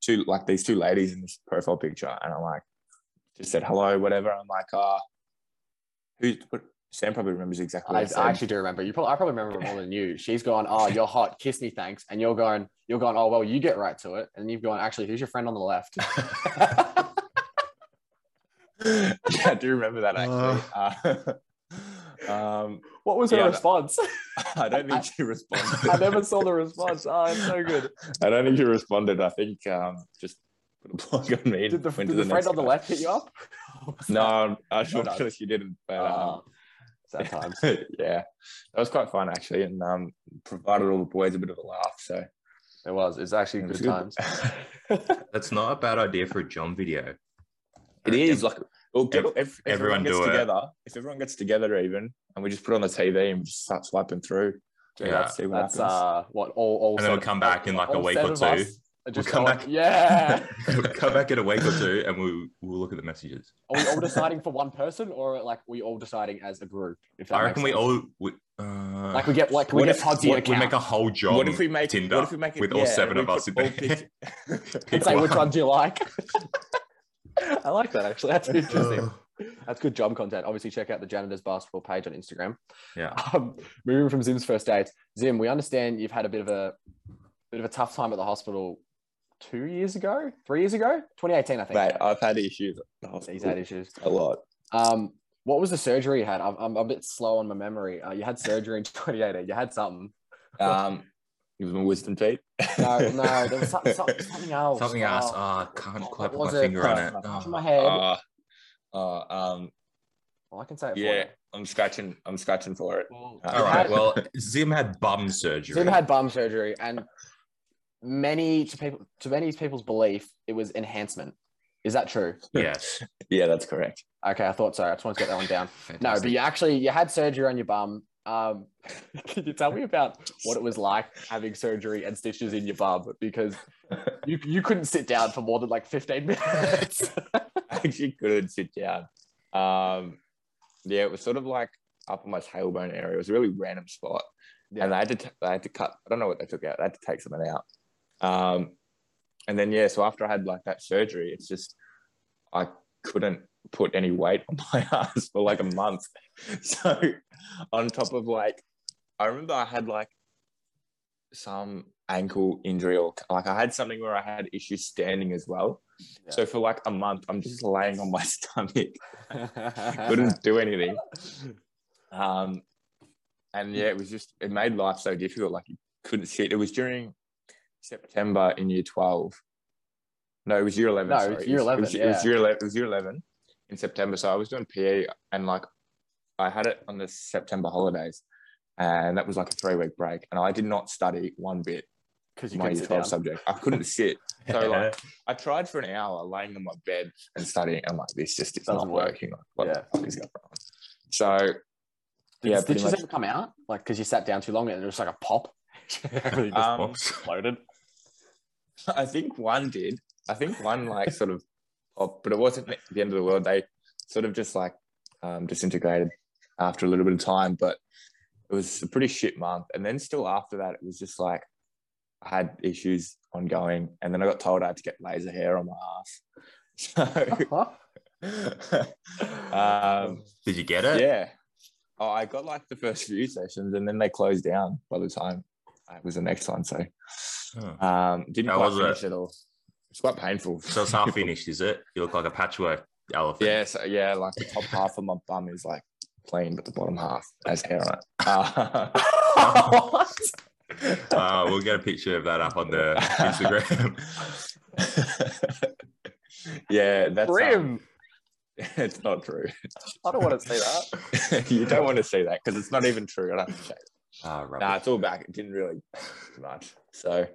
Speaker 3: two like these two ladies in this profile picture, and I'm like, just said hello, whatever. I'm like, ah, uh, who? What, Sam probably remembers exactly.
Speaker 2: I,
Speaker 3: what
Speaker 2: I
Speaker 3: said.
Speaker 2: actually do remember. You probably I probably remember it more than you. She's gone, oh, you're hot, kiss me, thanks, and you're going, you're going, oh well, you get right to it, and you've gone, actually, who's your friend on the left?
Speaker 3: yeah, I do remember that actually. Uh, um,
Speaker 2: What was
Speaker 3: Yeah,
Speaker 2: her
Speaker 3: I know.
Speaker 2: response?
Speaker 3: I don't think she responded.
Speaker 2: I never saw the response. Oh, it's so good.
Speaker 3: I don't think she responded. I think um, just put a plug on me. and
Speaker 2: Did the, did
Speaker 3: went to
Speaker 2: the friend
Speaker 3: next
Speaker 2: on the
Speaker 3: guy.
Speaker 2: left hit you up? What was that?
Speaker 3: No, I'm sure
Speaker 2: No, no.
Speaker 3: she didn't. But um,
Speaker 2: Oh, sad times.
Speaker 3: yeah, that was quite fun actually, and um, provided all the boys a bit of a laugh. So
Speaker 2: It was. It's actually
Speaker 3: it
Speaker 2: good,
Speaker 3: was
Speaker 2: times.
Speaker 1: That's not a bad idea for a John video.
Speaker 3: it is like well, get, if
Speaker 1: Everyone
Speaker 3: everyone, gets
Speaker 1: do it.
Speaker 3: together, if everyone gets together even, and we just put on the TV and just start swiping through. Yeah,
Speaker 1: Yeah.
Speaker 3: see what
Speaker 2: That's
Speaker 3: happens.
Speaker 2: uh, what all all.
Speaker 1: And then
Speaker 2: seven-
Speaker 1: we'll come back in like a
Speaker 2: all
Speaker 1: week or
Speaker 2: seven of
Speaker 1: two.
Speaker 2: us are Just
Speaker 1: come
Speaker 2: going,
Speaker 1: back.
Speaker 2: Yeah.
Speaker 1: Come back in a week or two and we'll, we'll look at the messages.
Speaker 2: Are we all deciding for one person, or like we all deciding as a group? If that
Speaker 1: I
Speaker 2: makes
Speaker 1: reckon we
Speaker 2: sense?
Speaker 1: all. We, uh,
Speaker 2: like we get like we
Speaker 3: What
Speaker 2: get
Speaker 3: if-
Speaker 2: Todd's
Speaker 1: we,
Speaker 2: account.
Speaker 1: we make a whole job.
Speaker 3: what if we make
Speaker 1: Tinder
Speaker 3: What if we make it
Speaker 1: with all
Speaker 3: yeah,
Speaker 1: seven
Speaker 3: we
Speaker 1: of us
Speaker 3: put
Speaker 1: in
Speaker 3: all
Speaker 1: there?
Speaker 3: pick-
Speaker 1: Pick
Speaker 2: and say which
Speaker 1: one.
Speaker 2: one do you like? I like that actually. That's interesting.
Speaker 1: Ugh.
Speaker 2: That's good job content. Obviously, check out the janitor's basketball page on Instagram.
Speaker 1: yeah.
Speaker 2: Um, moving from Zim's first dates, Zim, we understand you've had a bit of a bit of a tough time at the hospital two years ago, three years ago, 2018, I think.
Speaker 3: Mate, I've had issues.
Speaker 2: He's had issues.
Speaker 3: a lot.
Speaker 2: Um, what was the surgery you had? I'm, I'm a bit slow on my memory. Uh, you had surgery in 2018. You had something.
Speaker 3: Um, it was my wisdom teeth.
Speaker 2: No, no, there was something, something, something else.
Speaker 1: Something else. Oh,
Speaker 2: Oh,
Speaker 1: I can't
Speaker 2: what
Speaker 1: quite put
Speaker 2: was
Speaker 1: my
Speaker 2: it?
Speaker 1: finger on it.
Speaker 2: scratch
Speaker 1: Oh.
Speaker 2: my head.
Speaker 3: Uh, uh, um,
Speaker 2: well, I can say it for
Speaker 3: yeah,
Speaker 2: you.
Speaker 3: I'm scratching. I'm scratching for it. Uh,
Speaker 2: Well,
Speaker 3: All
Speaker 1: All
Speaker 2: you
Speaker 1: right.
Speaker 2: had-
Speaker 1: Well, Zim had bum surgery.
Speaker 2: Zim had bum surgery, and many to people to many people's belief, it was enhancement. Is that true?
Speaker 1: yes.
Speaker 3: Yeah, that's correct.
Speaker 2: Okay, I thought so. I just wanted to get that one down. No, but
Speaker 1: Fantastic.
Speaker 2: you actually you had surgery on your bum. Um, can you tell me about what it was like having surgery and stitches in your bum? Because you you couldn't sit down for more than like fifteen minutes.
Speaker 3: I actually couldn't sit down. Um, yeah, it was sort of like up on my tailbone area. It was a really random spot, and they had to t- they had to cut. I don't know what they took out. They had to take something out. Um, and then yeah, so after I had like that surgery, it's just I couldn't put any weight on my ass for like a month. So on top of like, I remember I had like some ankle injury or like I had something where I had issues standing as well.
Speaker 2: Yeah.
Speaker 3: So for like a month, I'm just laying on my stomach, couldn't do anything. Um, and yeah, it was just it made life so difficult. Like you couldn't sit. It was during September in year twelve. No, it was year eleven.
Speaker 2: No,
Speaker 3: sorry.
Speaker 2: it's year
Speaker 3: It
Speaker 2: 11,
Speaker 3: was, it was
Speaker 2: yeah.
Speaker 3: year eleven. It was year eleven in September. So I was doing PE and like I had it on the September holidays, and that was like a three week break. And I did not study one bit
Speaker 2: because you
Speaker 3: my
Speaker 2: couldn't
Speaker 3: year
Speaker 2: sit
Speaker 3: twelve
Speaker 2: down.
Speaker 3: subject. I couldn't sit. So like I tried for an hour laying on my bed and studying. I'm like, this just is
Speaker 2: Doesn't
Speaker 3: not
Speaker 2: work.
Speaker 3: working. Like, what
Speaker 2: Yeah.
Speaker 3: the fuck is going on? So,
Speaker 2: Did
Speaker 3: yeah,
Speaker 2: the
Speaker 3: pretty
Speaker 2: stitches
Speaker 3: much.
Speaker 2: ever come out? Like because you sat down too long and it was like a pop. Everything just
Speaker 3: Um,
Speaker 2: exploded.
Speaker 3: I think one did. I think one like sort of, popped, but it wasn't the end of the world. They sort of just like um, disintegrated after a little bit of time. But it was a pretty shit month. And then still after that, it was just like I had issues ongoing. And then I got told I had to get laser hair on my ass. So. um,
Speaker 1: Did you get it?
Speaker 3: Yeah. Oh, I got like the first few sessions and then they closed down by the time it was the next one. So
Speaker 1: Oh.
Speaker 3: um didn't
Speaker 1: How
Speaker 3: quite
Speaker 1: was
Speaker 3: finish it? all. It's quite painful.
Speaker 1: So it's half finished, is it? You look like a patchwork elephant.
Speaker 3: yeah, so yeah, like the top half of my bum is like clean, but the bottom half has hair on it. Uh,
Speaker 1: Uh, we'll get a picture of that up on the Instagram.
Speaker 3: yeah, that's um,
Speaker 2: Grim.
Speaker 3: it's not true.
Speaker 2: I don't want to say that.
Speaker 3: you don't want to see that because it's not even true. I don't have to check.
Speaker 1: Ah, rubbish.
Speaker 3: Nah, it's all back. It didn't really do much. So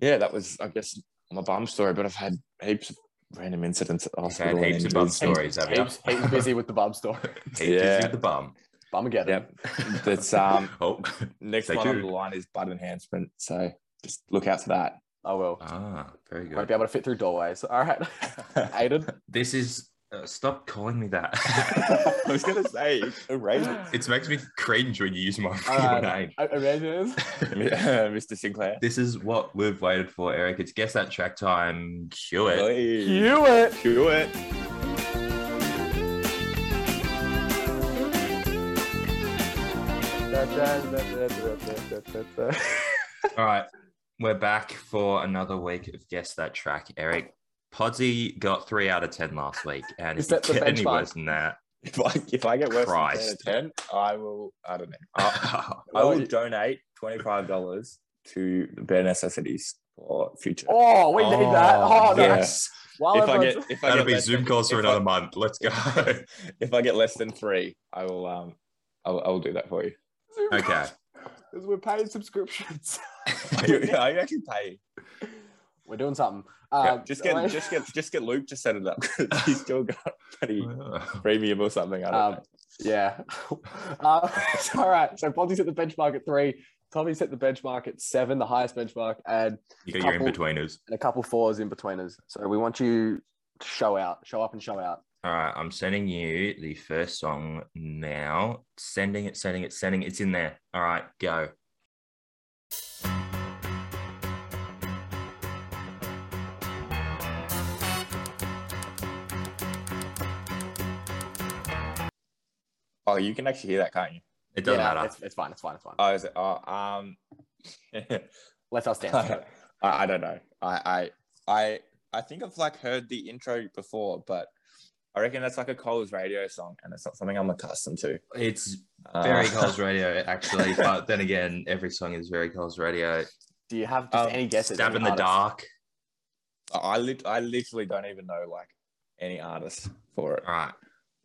Speaker 3: yeah, that was I guess my bum story, but I've had heaps of random incidents at the
Speaker 1: You've had
Speaker 3: hospital.
Speaker 1: heaps of
Speaker 3: and
Speaker 1: bum
Speaker 3: injuries.
Speaker 1: stories, have you?
Speaker 2: Heaps, heaps busy with the bum story.
Speaker 1: Heaps is
Speaker 3: Yeah.
Speaker 1: with the bum.
Speaker 2: Bum again.
Speaker 3: Yep. That's um
Speaker 1: Oh.
Speaker 3: next
Speaker 1: Stay
Speaker 3: one on
Speaker 1: tuned.
Speaker 3: the line is butt enhancement. So just look out for that.
Speaker 2: I
Speaker 3: Oh,
Speaker 2: will.
Speaker 1: Ah, very
Speaker 2: Won't be
Speaker 1: good.
Speaker 2: able to fit through doorways. All right. Aiden.
Speaker 1: This is. Uh, stop calling me that.
Speaker 3: I was gonna say erase it.
Speaker 1: it makes me cringe when you use my real
Speaker 2: Alright.
Speaker 1: name.
Speaker 2: I- Imagine this.
Speaker 1: Ah.
Speaker 3: Yeah, Mr. Sinclair.
Speaker 1: This is what we've waited for, Eric. It's guess that track time. Cue it.
Speaker 3: Please.
Speaker 2: Hewitt.
Speaker 3: Do it.
Speaker 1: All right. We're back for another week of Guess That Track, Eric. Podsy got three out of 10 last week. And if
Speaker 2: Is
Speaker 1: you
Speaker 2: that the
Speaker 1: get any
Speaker 2: benchmark?
Speaker 1: worse than that,
Speaker 3: If I, if I get worse than 10
Speaker 1: Christ. Ah,
Speaker 3: out of 10, I will, I don't know. I,
Speaker 1: Oh,
Speaker 3: I will donate $25 to the bare necessities for future.
Speaker 2: Oh, we need that. Oh, no.
Speaker 3: yeah.
Speaker 1: yes.
Speaker 2: While
Speaker 3: if I
Speaker 2: everyone's-
Speaker 3: get, if I
Speaker 1: That'll
Speaker 3: get
Speaker 1: be
Speaker 3: less
Speaker 1: Zoom
Speaker 3: than-
Speaker 1: calls for
Speaker 3: if I-
Speaker 1: another month. Let's go. okay.
Speaker 3: if I get less than three, I will, um, I will, I will do that for you.
Speaker 2: Because we're paying subscriptions.
Speaker 3: you, yeah, you actually pay.
Speaker 2: We're doing something.
Speaker 3: Yeah,
Speaker 2: Uh,
Speaker 3: just get,
Speaker 2: I-
Speaker 3: just get, just get Luke to set it up. 'cause He's still got pretty premium or something. I don't
Speaker 2: Um,
Speaker 3: know.
Speaker 2: Yeah. uh, so, all right. So Ponzi set the benchmark at three. Tommy set the benchmark at seven, the highest benchmark, and,
Speaker 1: You got your in
Speaker 2: couple-
Speaker 1: betweeners.
Speaker 2: and a couple fours in betweeners. So we want you to show out, show up and show out.
Speaker 1: All right. I'm sending you the first song now. Sending it, sending it, sending it. It's in there. All right. Go.
Speaker 3: Oh, you can actually hear that, can't you?
Speaker 1: It doesn't
Speaker 2: Yeah,
Speaker 1: matter.
Speaker 2: It's, it's fine. It's fine. It's fine.
Speaker 3: Oh, is it? Oh, um, I,
Speaker 2: Let us dance.
Speaker 3: I, I don't know. I, I, I, I think I've like heard the intro before, but I reckon that's like a Coles radio song, and it's not something I'm accustomed to.
Speaker 1: It's
Speaker 3: Uh,
Speaker 1: very Coles Radio, actually. But then again, every song is very Coles Radio.
Speaker 2: Do you have just
Speaker 3: Um,
Speaker 2: any guesses?
Speaker 1: Stab
Speaker 2: any
Speaker 1: in the
Speaker 2: artists?
Speaker 1: dark.
Speaker 3: I, lit- I literally don't even know like any artist for it.
Speaker 1: All right.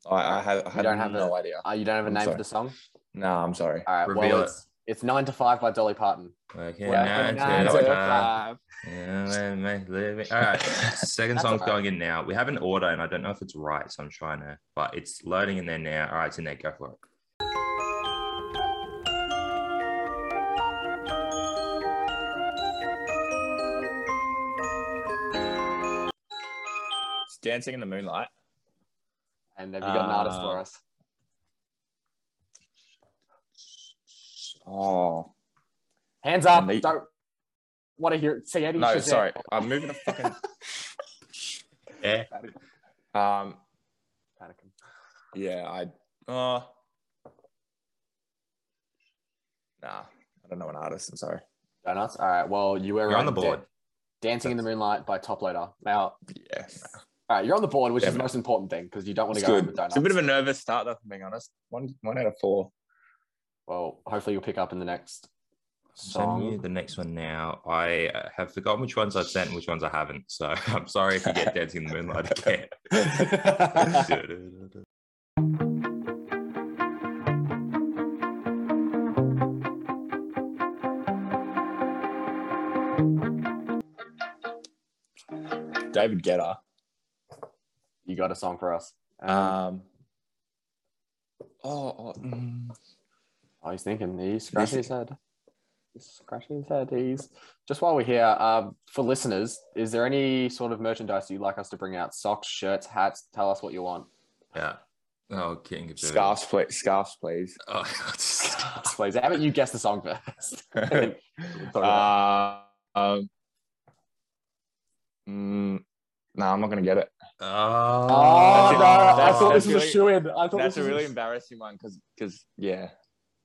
Speaker 3: I, I have, I have
Speaker 2: don't have
Speaker 3: no
Speaker 2: a-
Speaker 3: idea.
Speaker 2: Uh, you don't have a
Speaker 3: I'm
Speaker 2: name
Speaker 3: sorry.
Speaker 2: for the song?
Speaker 3: No, I'm sorry.
Speaker 2: All right.
Speaker 1: Reveal
Speaker 2: well,
Speaker 1: it.
Speaker 2: it's, it's Nine to Five by Dolly Parton.
Speaker 1: Okay.
Speaker 2: Working
Speaker 1: now to
Speaker 2: nine to
Speaker 1: the dark.
Speaker 2: five.
Speaker 1: Yeah, let me- let me- All right, second
Speaker 2: That's
Speaker 1: song's
Speaker 2: all right.
Speaker 1: going in now. We have an order, and I don't know if it's right, so I'm trying to, but it's loading in there now. All right, it's in there. Go for it.
Speaker 3: It's Dancing in the Moonlight.
Speaker 2: And have you got an artist
Speaker 3: Uh,
Speaker 2: for us?
Speaker 3: Oh
Speaker 2: Hands up.
Speaker 3: and they-
Speaker 2: Don't want to hear it. See any
Speaker 3: no,
Speaker 2: Shazam.
Speaker 3: sorry. I'm moving a fucking.
Speaker 1: Yeah,
Speaker 3: Um,
Speaker 2: Panic 'em.
Speaker 3: yeah, I. Uh, nah, I don't know an artist. I'm sorry.
Speaker 2: Donuts. All right. Well, you were
Speaker 1: you're on the
Speaker 2: right.
Speaker 1: board.
Speaker 2: Dancing in the Moonlight by Top Loader. Now,
Speaker 3: Yeah,
Speaker 2: all right, you're on the board, which
Speaker 3: Yeah,
Speaker 2: is the
Speaker 3: man.
Speaker 2: most important thing because you don't want
Speaker 3: it's
Speaker 2: to go
Speaker 3: good.
Speaker 2: over donuts.
Speaker 3: It's a bit of a nervous start, though. If I'm being honest, one one out of four.
Speaker 2: well, hopefully you'll pick up in the next
Speaker 1: Send you
Speaker 2: song.
Speaker 1: the next one now. I uh, have forgotten which ones I've sent and which ones I haven't, so I'm sorry if you get Dancing in the Moonlight again.
Speaker 3: David Guetta.
Speaker 2: You got a song for us. Um,
Speaker 3: Um. Oh, oh, mm,
Speaker 2: oh, he's thinking. He's scratching his head. He's scratching his head. He's just while we're here, um, for listeners, is there any sort of merchandise you'd like us to bring out? Socks, shirts, hats. Tell us what you want.
Speaker 1: yeah. Oh, King of
Speaker 3: scarves, please. Scarves, please.
Speaker 1: Oh, God.
Speaker 2: Please, haven't you guessed the song first? about
Speaker 3: uh, um, mm, no, I'm not gonna get it.
Speaker 1: Oh,
Speaker 2: Oh, no, I
Speaker 3: That's-
Speaker 2: thought this
Speaker 3: that's
Speaker 2: was a
Speaker 3: really-
Speaker 2: shoe in. I thought
Speaker 3: That's
Speaker 2: this
Speaker 3: a
Speaker 2: was
Speaker 3: really embarrassing one because, because yeah,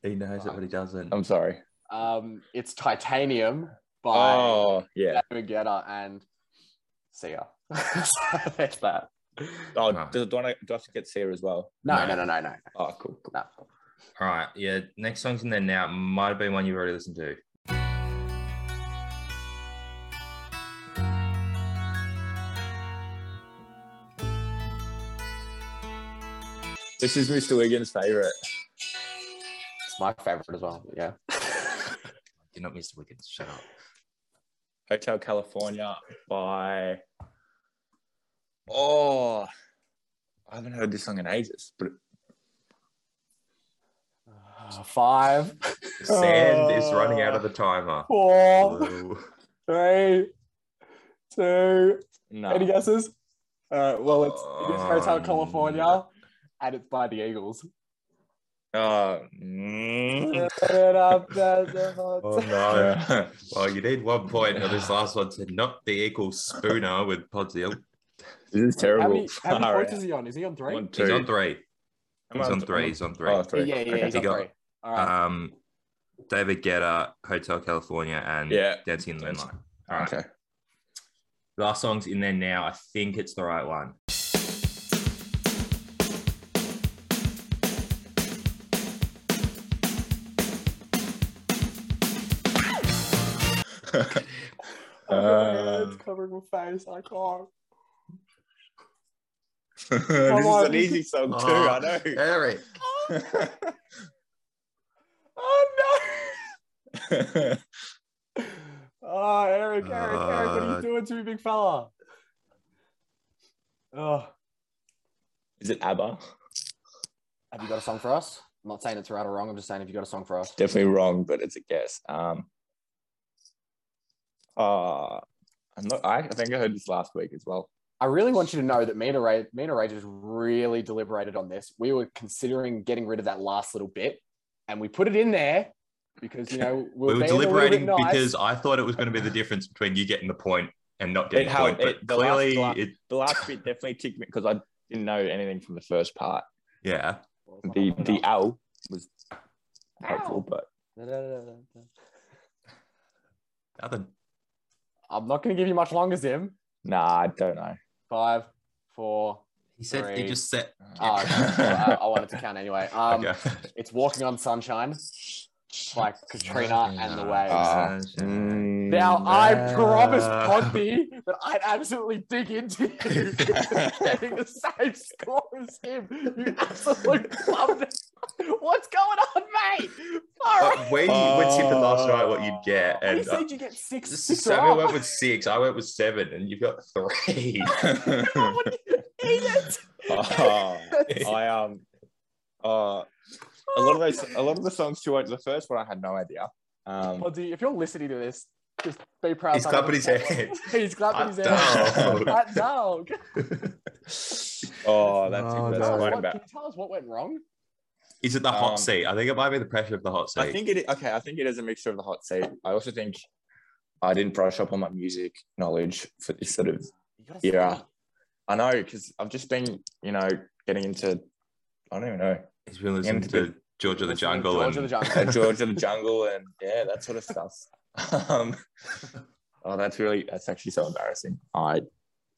Speaker 1: He knows it, but he doesn't.
Speaker 3: I'm sorry.
Speaker 2: um, it's Titanium by
Speaker 3: Oh, yeah.
Speaker 2: David Guetta and see ya. That's that.
Speaker 3: Oh,
Speaker 1: No.
Speaker 3: do, do, I, do I have to get Sarah as well?
Speaker 2: No, no, no, no, no,
Speaker 3: Oh, cool. cool.
Speaker 2: no.
Speaker 1: All right, yeah. Next song's in there now. Might have been one you've already listened to.
Speaker 3: This is Mr. Wiggins' favorite.
Speaker 2: It's my favorite as well. Yeah.
Speaker 1: You're not Mr. Wiggins. Shut up.
Speaker 3: Hotel California by. Oh, I haven't heard this song in ages, but
Speaker 2: Uh, Five,
Speaker 1: The sand is running out of the timer.
Speaker 2: four,
Speaker 3: Oh.
Speaker 1: Whoa.
Speaker 2: three, two.
Speaker 3: no.
Speaker 2: Any guesses? All right. Well, it's it is Hotel
Speaker 1: Um,
Speaker 2: California, and it's by the Eagles.
Speaker 3: Oh, mm.
Speaker 1: Oh no! Well, you need one point. Now this last one to not the equal Spooner with Podzil.
Speaker 3: this is
Speaker 2: How
Speaker 3: terrible.
Speaker 2: many, how many
Speaker 3: Far
Speaker 2: points
Speaker 3: out.
Speaker 2: is he on? Is he on three?
Speaker 3: One,
Speaker 1: He's
Speaker 3: two.
Speaker 1: on three.
Speaker 3: Am
Speaker 1: He's
Speaker 3: I
Speaker 1: on three. He's on three.
Speaker 3: Oh, three.
Speaker 2: Yeah, yeah,
Speaker 3: Okay.
Speaker 2: he's on
Speaker 1: You got-
Speaker 2: three. All right.
Speaker 1: Um, David Guetta, Hotel California, and
Speaker 3: Yeah.
Speaker 1: Dancing in the Moonlight. All right.
Speaker 3: Okay.
Speaker 1: Last song's in there now. I think it's the right one.
Speaker 2: Oh,
Speaker 3: Uh,
Speaker 2: it's covering my face. I can't.
Speaker 3: this is
Speaker 2: on.
Speaker 3: an easy song too.
Speaker 1: Oh.
Speaker 3: I know.
Speaker 1: Eric.
Speaker 2: Oh no! oh, Eric, Eric, Eric, what are
Speaker 1: Uh,
Speaker 2: you doing to me, big fella? Oh,
Speaker 3: is it ABBA?
Speaker 2: have you got a song for us? I'm not saying it's right or wrong. I'm just saying if you got a song for us,
Speaker 3: Definitely wrong, but it's a guess. Um. Uh, I'm not, I, I think I heard this last week as well.
Speaker 2: I really want you to know that me and Ray, me and Ray just really deliberated on this. We were considering getting rid of that last little bit, and we put it in there because you know
Speaker 1: We were
Speaker 2: we were, being a little
Speaker 1: deliberating
Speaker 2: bit nice.
Speaker 1: because I thought it was going to be the difference between you getting the point and not getting
Speaker 3: It
Speaker 1: the
Speaker 3: how-
Speaker 1: point. But
Speaker 3: it- the last-
Speaker 1: clearly,
Speaker 3: the last-
Speaker 1: it,
Speaker 3: The last bit definitely ticked me because I didn't know anything from the first part.
Speaker 1: yeah.
Speaker 3: The
Speaker 1: Oh,
Speaker 3: the owl was helpful, but
Speaker 1: Nothing.
Speaker 2: I'm not going to give you much longer, Zim.
Speaker 3: nah, I don't know.
Speaker 2: Five, four.
Speaker 1: He said he
Speaker 2: Three.
Speaker 1: just said.
Speaker 2: Oh, okay. Well, I, I wanted to count anyway. Um,
Speaker 1: okay.
Speaker 2: It's Walking on Sunshine by Katrina and the Waves.
Speaker 3: Ah.
Speaker 1: Mm.
Speaker 2: now, I promised Ponty that I'd absolutely dig into you getting the same score as him. You absolute club. What's going on, mate? All
Speaker 1: Uh,
Speaker 2: right.
Speaker 1: we were tipping last night what you'd get,
Speaker 2: And,
Speaker 1: and uh,
Speaker 2: said you get six. six or
Speaker 1: Samuel
Speaker 2: up.
Speaker 1: went with six. I went with seven, and you've got three.
Speaker 2: What do you- eat it.
Speaker 3: Oh, I um, uh, a lot of those, a lot of the songs too. The first one I had no idea. Um,
Speaker 2: Ponty, if you're listening to this, just be proud.
Speaker 1: He's
Speaker 2: son.
Speaker 1: clapping his hands.
Speaker 2: He's clapping his hands.
Speaker 1: Hot dog.
Speaker 2: Hot dog.
Speaker 3: oh, that's,
Speaker 1: Oh,
Speaker 3: that's
Speaker 1: no.
Speaker 3: quite
Speaker 2: What-
Speaker 3: about.
Speaker 2: Can you tell us what went wrong?
Speaker 1: Is it the hot
Speaker 3: Um,
Speaker 1: seat? I think it might be the pressure of the hot seat.
Speaker 3: I think it. i- Okay, I think it is a mixture of the hot seat. I also think I didn't brush up on my music knowledge for this sort of.
Speaker 2: You gotta
Speaker 3: Yeah.
Speaker 2: say.
Speaker 3: I know because I've just been, you know, getting into. I don't even know
Speaker 1: he's been listening
Speaker 3: Into the-
Speaker 1: to George of the
Speaker 2: Listen to
Speaker 1: Jungle.
Speaker 2: George
Speaker 1: and
Speaker 2: of the Jungle.
Speaker 3: uh, George of the Jungle and yeah, that sort of stuff. Um, oh, that's really that's actually so embarrassing. I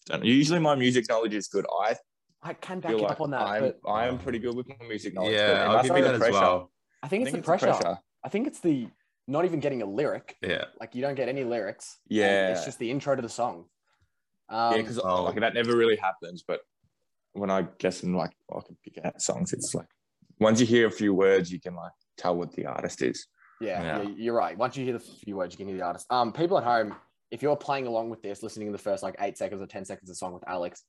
Speaker 3: don't. Usually, my music knowledge is good. I
Speaker 2: I can back
Speaker 3: feel
Speaker 2: you
Speaker 3: like
Speaker 2: up on that,
Speaker 3: I'm
Speaker 2: but
Speaker 3: I am pretty good with my music knowledge. but
Speaker 1: yeah,
Speaker 3: it
Speaker 1: I'll
Speaker 3: must
Speaker 1: give
Speaker 3: be
Speaker 1: you
Speaker 3: the
Speaker 1: that as
Speaker 3: pressure.
Speaker 1: well.
Speaker 2: I think
Speaker 3: I
Speaker 2: it's
Speaker 3: think
Speaker 2: the pressure.
Speaker 3: the pressure.
Speaker 2: I think it's the not even getting a lyric.
Speaker 1: Yeah.
Speaker 2: Like you don't get any lyrics. and
Speaker 3: Yeah,
Speaker 2: it's just the intro to the song. Um,
Speaker 3: yeah, because
Speaker 1: Oh.
Speaker 3: like that never really happens. But when I guess and like oh, I can pick out songs, it's like once you hear a few words, you can like tell what the artist is.
Speaker 2: yeah,
Speaker 1: Yeah.
Speaker 2: yeah, you're right. Once you hear the few words, you can hear the artist. Um, people at home, if you're playing along with this, listening to the first like eight seconds or ten seconds of the song with Alex,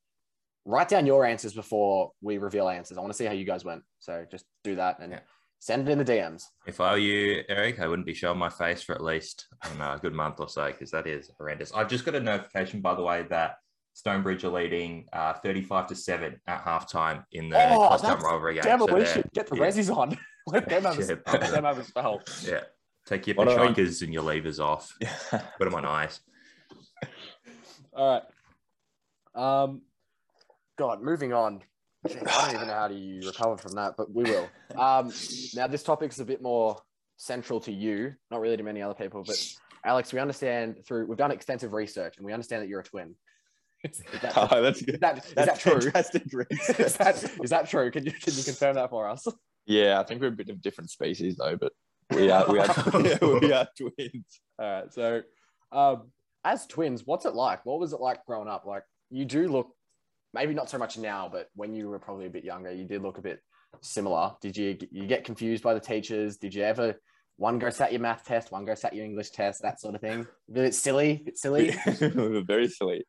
Speaker 2: write down your answers before we reveal our answers. I want to see how you guys went. So just do that and
Speaker 1: Yeah.
Speaker 2: send it in the DMs.
Speaker 1: If I were you, Eric, I wouldn't be showing my face for at least I don't know, a good month or so because that is horrendous. I've just got a notification, by the way, that Stonebridge are leading uh, 35 to 7 at halftime in the
Speaker 2: Oh,
Speaker 1: Cost Down
Speaker 2: that's
Speaker 1: rivalry game. So
Speaker 2: Demolition.
Speaker 1: they're-
Speaker 2: Get the
Speaker 1: yeah.
Speaker 2: resis on. Let them have a,
Speaker 1: Yeah,
Speaker 2: let them have a spell.
Speaker 1: yeah. Take your
Speaker 3: What are we-
Speaker 1: pachocas and your levers off.
Speaker 3: Yeah.
Speaker 1: Put them on ice.
Speaker 2: All right. Um, God, moving on. Jeez, I don't even know how do you recover from that, but we will. Um, now this topic's a bit more central to you, not really to many other people, but Alex, we understand through we've done extensive research and we understand that you're a twin. Is that,
Speaker 3: Oh, that's
Speaker 2: is
Speaker 3: good.
Speaker 2: that, is that
Speaker 3: That's
Speaker 2: true?
Speaker 3: fantastic
Speaker 2: Is that,
Speaker 3: research.
Speaker 2: is that true? Can you can you confirm that for us?
Speaker 3: Yeah, I think we're a bit of different species though, but we are we are, we are twins.
Speaker 2: All right. So, um, as twins, what's it like? What was it like growing up? Like, you do look, maybe not so much now, but when you were probably a bit younger, you did look a bit similar. Did you you get confused by the teachers? Did you ever one go sat your math test, one go sat your English test, that sort of thing? A bit silly, it's silly.
Speaker 3: we were very silly.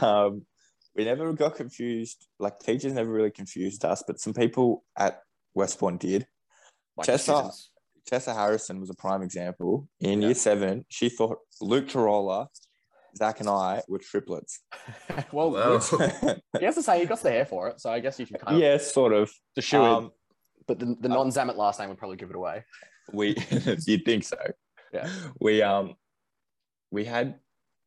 Speaker 3: Um, we never got confused. Like teachers never really confused us, but some people at Westbourne did.
Speaker 2: Like
Speaker 3: Chess
Speaker 2: the
Speaker 3: up.
Speaker 2: students.
Speaker 3: Tessa Harrison was a prime example. In year seven, she thought Luke Tarola, Zach, and I were triplets.
Speaker 2: well,
Speaker 1: Wow.
Speaker 2: he has to say he got the hair for it, so I guess you can kind of
Speaker 3: yeah, sort of.
Speaker 2: the shoe
Speaker 3: Um,
Speaker 2: But the, the non-Zamet last name would probably give it away.
Speaker 3: we you'd think so.
Speaker 2: Yeah.
Speaker 3: We um we had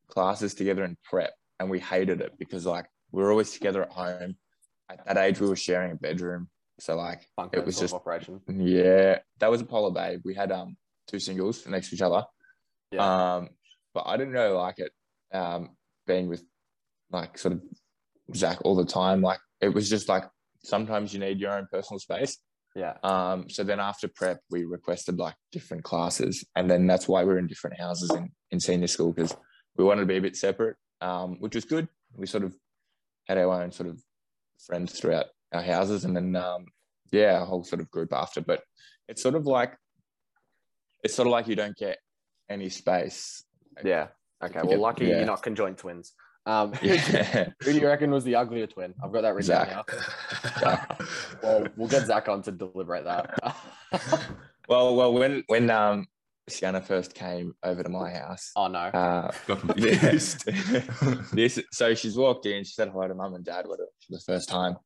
Speaker 3: classes together in prep and we hated it because like we were always together at home. At that age we were sharing a bedroom. So like
Speaker 2: Bunk
Speaker 3: It
Speaker 2: bed
Speaker 3: was
Speaker 2: sort of
Speaker 3: just-
Speaker 2: operation.
Speaker 3: yeah, that was Apollo Bay. We had um two singles next to each other.
Speaker 2: Yeah.
Speaker 3: Um, but I didn't really like it um, being with like sort of Zach all the time. Like it was just like sometimes you need your own personal space.
Speaker 2: Yeah.
Speaker 3: Um, so then after prep, we requested like different classes, and then that's why we are in different houses in, in senior school because we wanted to be a bit separate, um, which was good. We sort of had our own sort of friends throughout our houses, and then um, yeah, a whole sort of group after. But it's sort of like it's sort of like you don't get any space.
Speaker 2: Yeah. Okay. Well, lucky
Speaker 3: Yeah.
Speaker 2: you're not conjoined twins. Um,
Speaker 3: Yeah.
Speaker 2: who do you reckon was the uglier twin? I've got that written down.
Speaker 3: Zach.
Speaker 2: now. Well, we'll get Zach on to deliberate that.
Speaker 3: well, well, when when um, Sienna first came over to my house,
Speaker 2: oh no.
Speaker 3: uh,
Speaker 1: Got confused.
Speaker 3: this so she's walked in, she said hello to mum and dad whatever, for the first time.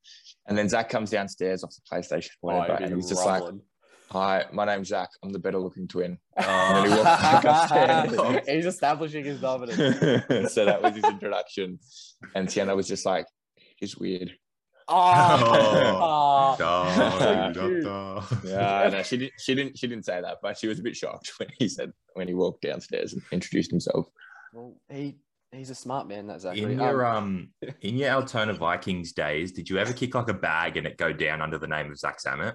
Speaker 3: And then Zach comes downstairs off the PlayStation, whatever,
Speaker 2: Oh,
Speaker 3: and
Speaker 2: it'd be
Speaker 3: he's just like,
Speaker 2: rumbling.
Speaker 3: Hi, my name's Zach. I'm the better looking twin.
Speaker 1: Oh.
Speaker 3: And then he walked back upstairs.
Speaker 2: He's establishing his dominance.
Speaker 3: so that was his introduction. And Sienna was just like, He's weird. Oh.
Speaker 2: Oh, oh.
Speaker 1: Da, da,
Speaker 2: cute.
Speaker 1: da.
Speaker 3: Yeah, no, she didn't she didn't she didn't say that, but she was a bit shocked when he said when he walked downstairs and introduced himself.
Speaker 2: Well, he he's a smart man. That's actually.
Speaker 1: In your um, in your Altona Vikings days, did you ever kick like a bag and it go down under the name of Zach Samet?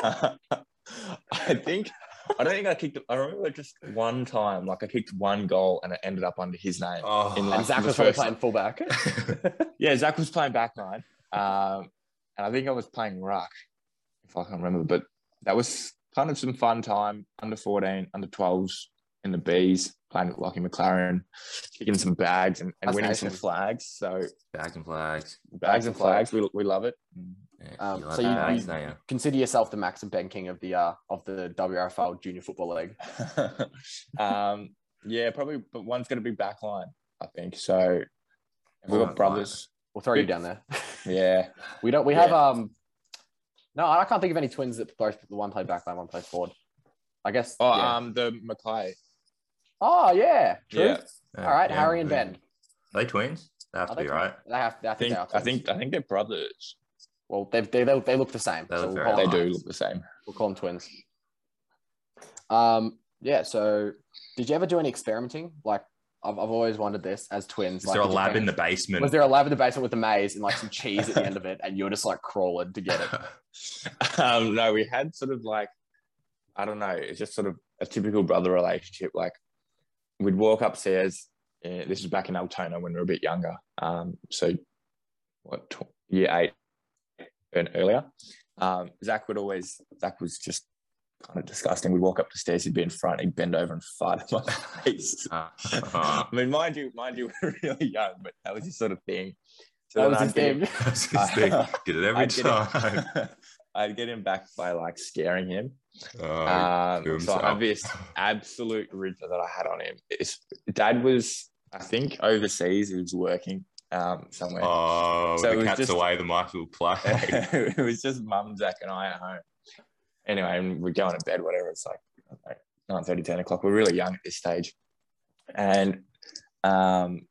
Speaker 3: I think I don't think I kicked I remember just one time, like I kicked one goal and it ended up under his name.
Speaker 1: Oh,
Speaker 3: In
Speaker 2: and
Speaker 3: like-
Speaker 2: Zach
Speaker 3: the
Speaker 2: was probably
Speaker 3: first-
Speaker 2: playing fullback.
Speaker 3: Yeah, Zach was playing back line. Um, and I think I was playing ruck, if I can remember. But that was kind of some fun time under 14, under 12s in the Bs, playing at Lockie McLaren, kicking some bags and, and
Speaker 2: That's
Speaker 3: winning some
Speaker 2: awesome.
Speaker 3: flags. So
Speaker 1: bags and flags.
Speaker 3: bags and
Speaker 2: and flags.
Speaker 3: flags, we, we love it.
Speaker 1: Yeah,
Speaker 2: Um,
Speaker 1: you like
Speaker 2: so you-
Speaker 1: bags,
Speaker 2: you-
Speaker 1: don't you?
Speaker 2: Consider yourself the Max and Ben King of the uh, of the WRFL Junior Football League.
Speaker 3: Mm. um, yeah, probably, but one's going to be back line, I think. So we've
Speaker 1: Back
Speaker 3: got brothers.
Speaker 2: We'll throw you down there.
Speaker 3: Yeah.
Speaker 2: We don't. We
Speaker 3: Yeah.
Speaker 2: have um. No, I can't think of any twins that both the one play backline, one play forward. I guess.
Speaker 3: Oh,
Speaker 2: yeah.
Speaker 3: um, the Mackay.
Speaker 2: oh yeah. True.
Speaker 3: Yeah.
Speaker 1: Uh,
Speaker 2: All right,
Speaker 1: yeah,
Speaker 2: Harry and
Speaker 1: good.
Speaker 2: Ben.
Speaker 1: Are they twins? They have
Speaker 2: Are
Speaker 1: to
Speaker 2: they
Speaker 1: be right.
Speaker 2: They have. They
Speaker 3: I think,
Speaker 2: they are
Speaker 3: I
Speaker 2: twins.
Speaker 3: think, I think they're brothers.
Speaker 2: Well, they they they, they look the same.
Speaker 1: They
Speaker 2: so
Speaker 1: look
Speaker 2: we'll
Speaker 1: very
Speaker 2: call
Speaker 3: They
Speaker 2: them,
Speaker 3: do look the same.
Speaker 2: We'll call them twins. Um. Yeah. So, did you ever do any experimenting? Like, I've, I've always wondered this as twins.
Speaker 1: Is
Speaker 2: like,
Speaker 1: there a
Speaker 2: did you
Speaker 1: lab in
Speaker 2: think-
Speaker 1: the basement?
Speaker 2: Was there a lab in the basement with a maze and like some cheese at the end of it, and you're just like crawling to get it?
Speaker 3: um, no, we had sort of like, I don't know, it's just sort of a typical brother relationship. Like, we'd walk upstairs. Uh, this is back in Altona when we were a bit younger. Um, so, what, tw- year eight and earlier. Um, Zach would always, Zach was just kind of disgusting. We'd walk up the stairs, he'd be in front, he'd bend over and fart in my face.
Speaker 1: Uh, uh,
Speaker 3: I mean, mind you, mind you, we were really young, but that was his sort of thing. So
Speaker 2: That
Speaker 3: then
Speaker 2: was
Speaker 3: I'd
Speaker 2: his
Speaker 3: get him-
Speaker 2: thing.
Speaker 1: that's his thing. Did it every
Speaker 3: I did it.
Speaker 1: time.
Speaker 3: I'd get him back by like scaring him.
Speaker 1: Oh, to
Speaker 3: Um, so
Speaker 1: himself.
Speaker 3: I'd be this absolute ridger that I had on him. It's, Dad was, I think, overseas. He was working um, somewhere.
Speaker 1: oh,
Speaker 3: So it
Speaker 1: the
Speaker 3: was
Speaker 1: cat's
Speaker 3: just-
Speaker 1: away, the mice will play.
Speaker 3: it was just Mum, Zach, and I at home. Anyway, and we're going to bed, whatever. It's like I don't know, 9 10 o'clock. We're really young at this stage. And um,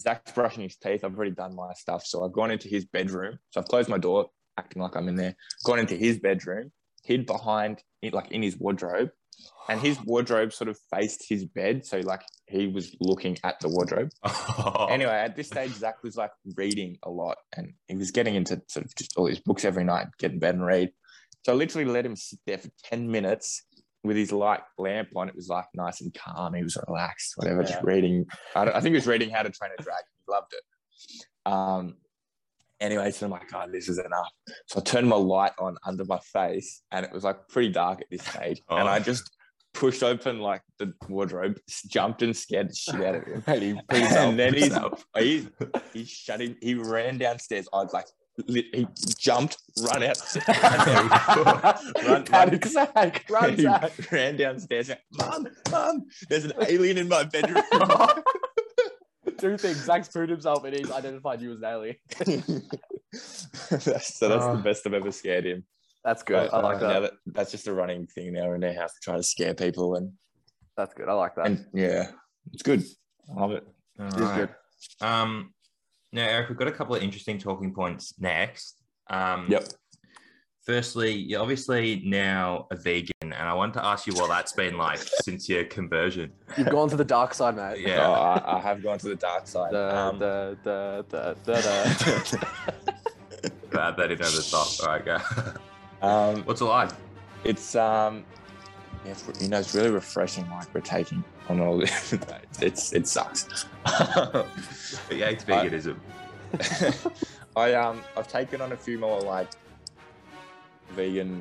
Speaker 3: Zach's brushing his teeth. I've already done my stuff. So I've gone into his bedroom. So I've closed my door, acting like I'm in there. Gone into his bedroom, hid behind, in- like in his wardrobe. And his wardrobe sort of faced his bed. So, like, he was looking at the wardrobe
Speaker 1: Oh,
Speaker 3: anyway, at this stage, Zach was like reading a lot and he was getting into sort of just all these books every night, get in bed and read. So I literally let him sit there for 10 minutes with his light lamp on. It was like nice and calm. He was relaxed, whatever, just reading. I, don't- I think he was reading How to Train a Dragon. He loved it. Um, anyway, so I'm like, God, this is enough. So I turned my light on under my face and it was like pretty dark at this stage. And
Speaker 1: Oh.
Speaker 3: I just pushed open like the wardrobe, jumped and scared the shit out of him.
Speaker 2: And he put himself-
Speaker 3: And then he's he, he shut him. He ran downstairs. I was like, lit, he jumped, run out,
Speaker 2: run,
Speaker 3: run.
Speaker 2: Zach, run,
Speaker 3: he
Speaker 2: Zach.
Speaker 3: ran downstairs. and, Mum, mum, there's an alien in my bedroom.
Speaker 2: Two things. Zach's proved himself and he's identified you as an alien.
Speaker 3: that's, so that's the best I've ever scared him. uh,
Speaker 2: That's good. Oh. I
Speaker 1: uh,
Speaker 2: like
Speaker 3: Now
Speaker 2: that.
Speaker 3: That's just a running thing now in our house to try to scare people and
Speaker 2: That's good. I like that.
Speaker 3: and yeah, it's good. I love it.
Speaker 1: All
Speaker 2: This is
Speaker 1: right.
Speaker 2: good.
Speaker 1: Um, now, Eric, we've got a couple of interesting talking points next. Um,
Speaker 3: Yep.
Speaker 1: Firstly, you're obviously now a vegan, and I wanted to ask you what that's been like since your conversion.
Speaker 2: You've gone to the dark side, mate.
Speaker 1: Yeah.
Speaker 3: Oh, I, I have gone to the dark side.
Speaker 2: Da,
Speaker 3: Um,
Speaker 2: da, da, da, da, da.
Speaker 1: Glad they didn't have the top. All right, go.
Speaker 3: um,
Speaker 1: What's it like?
Speaker 3: it's um yeah, it's, you know it's really refreshing like we're taking on all this it's it sucks
Speaker 1: He hates veganism.
Speaker 3: i um i've taken on a few more like vegan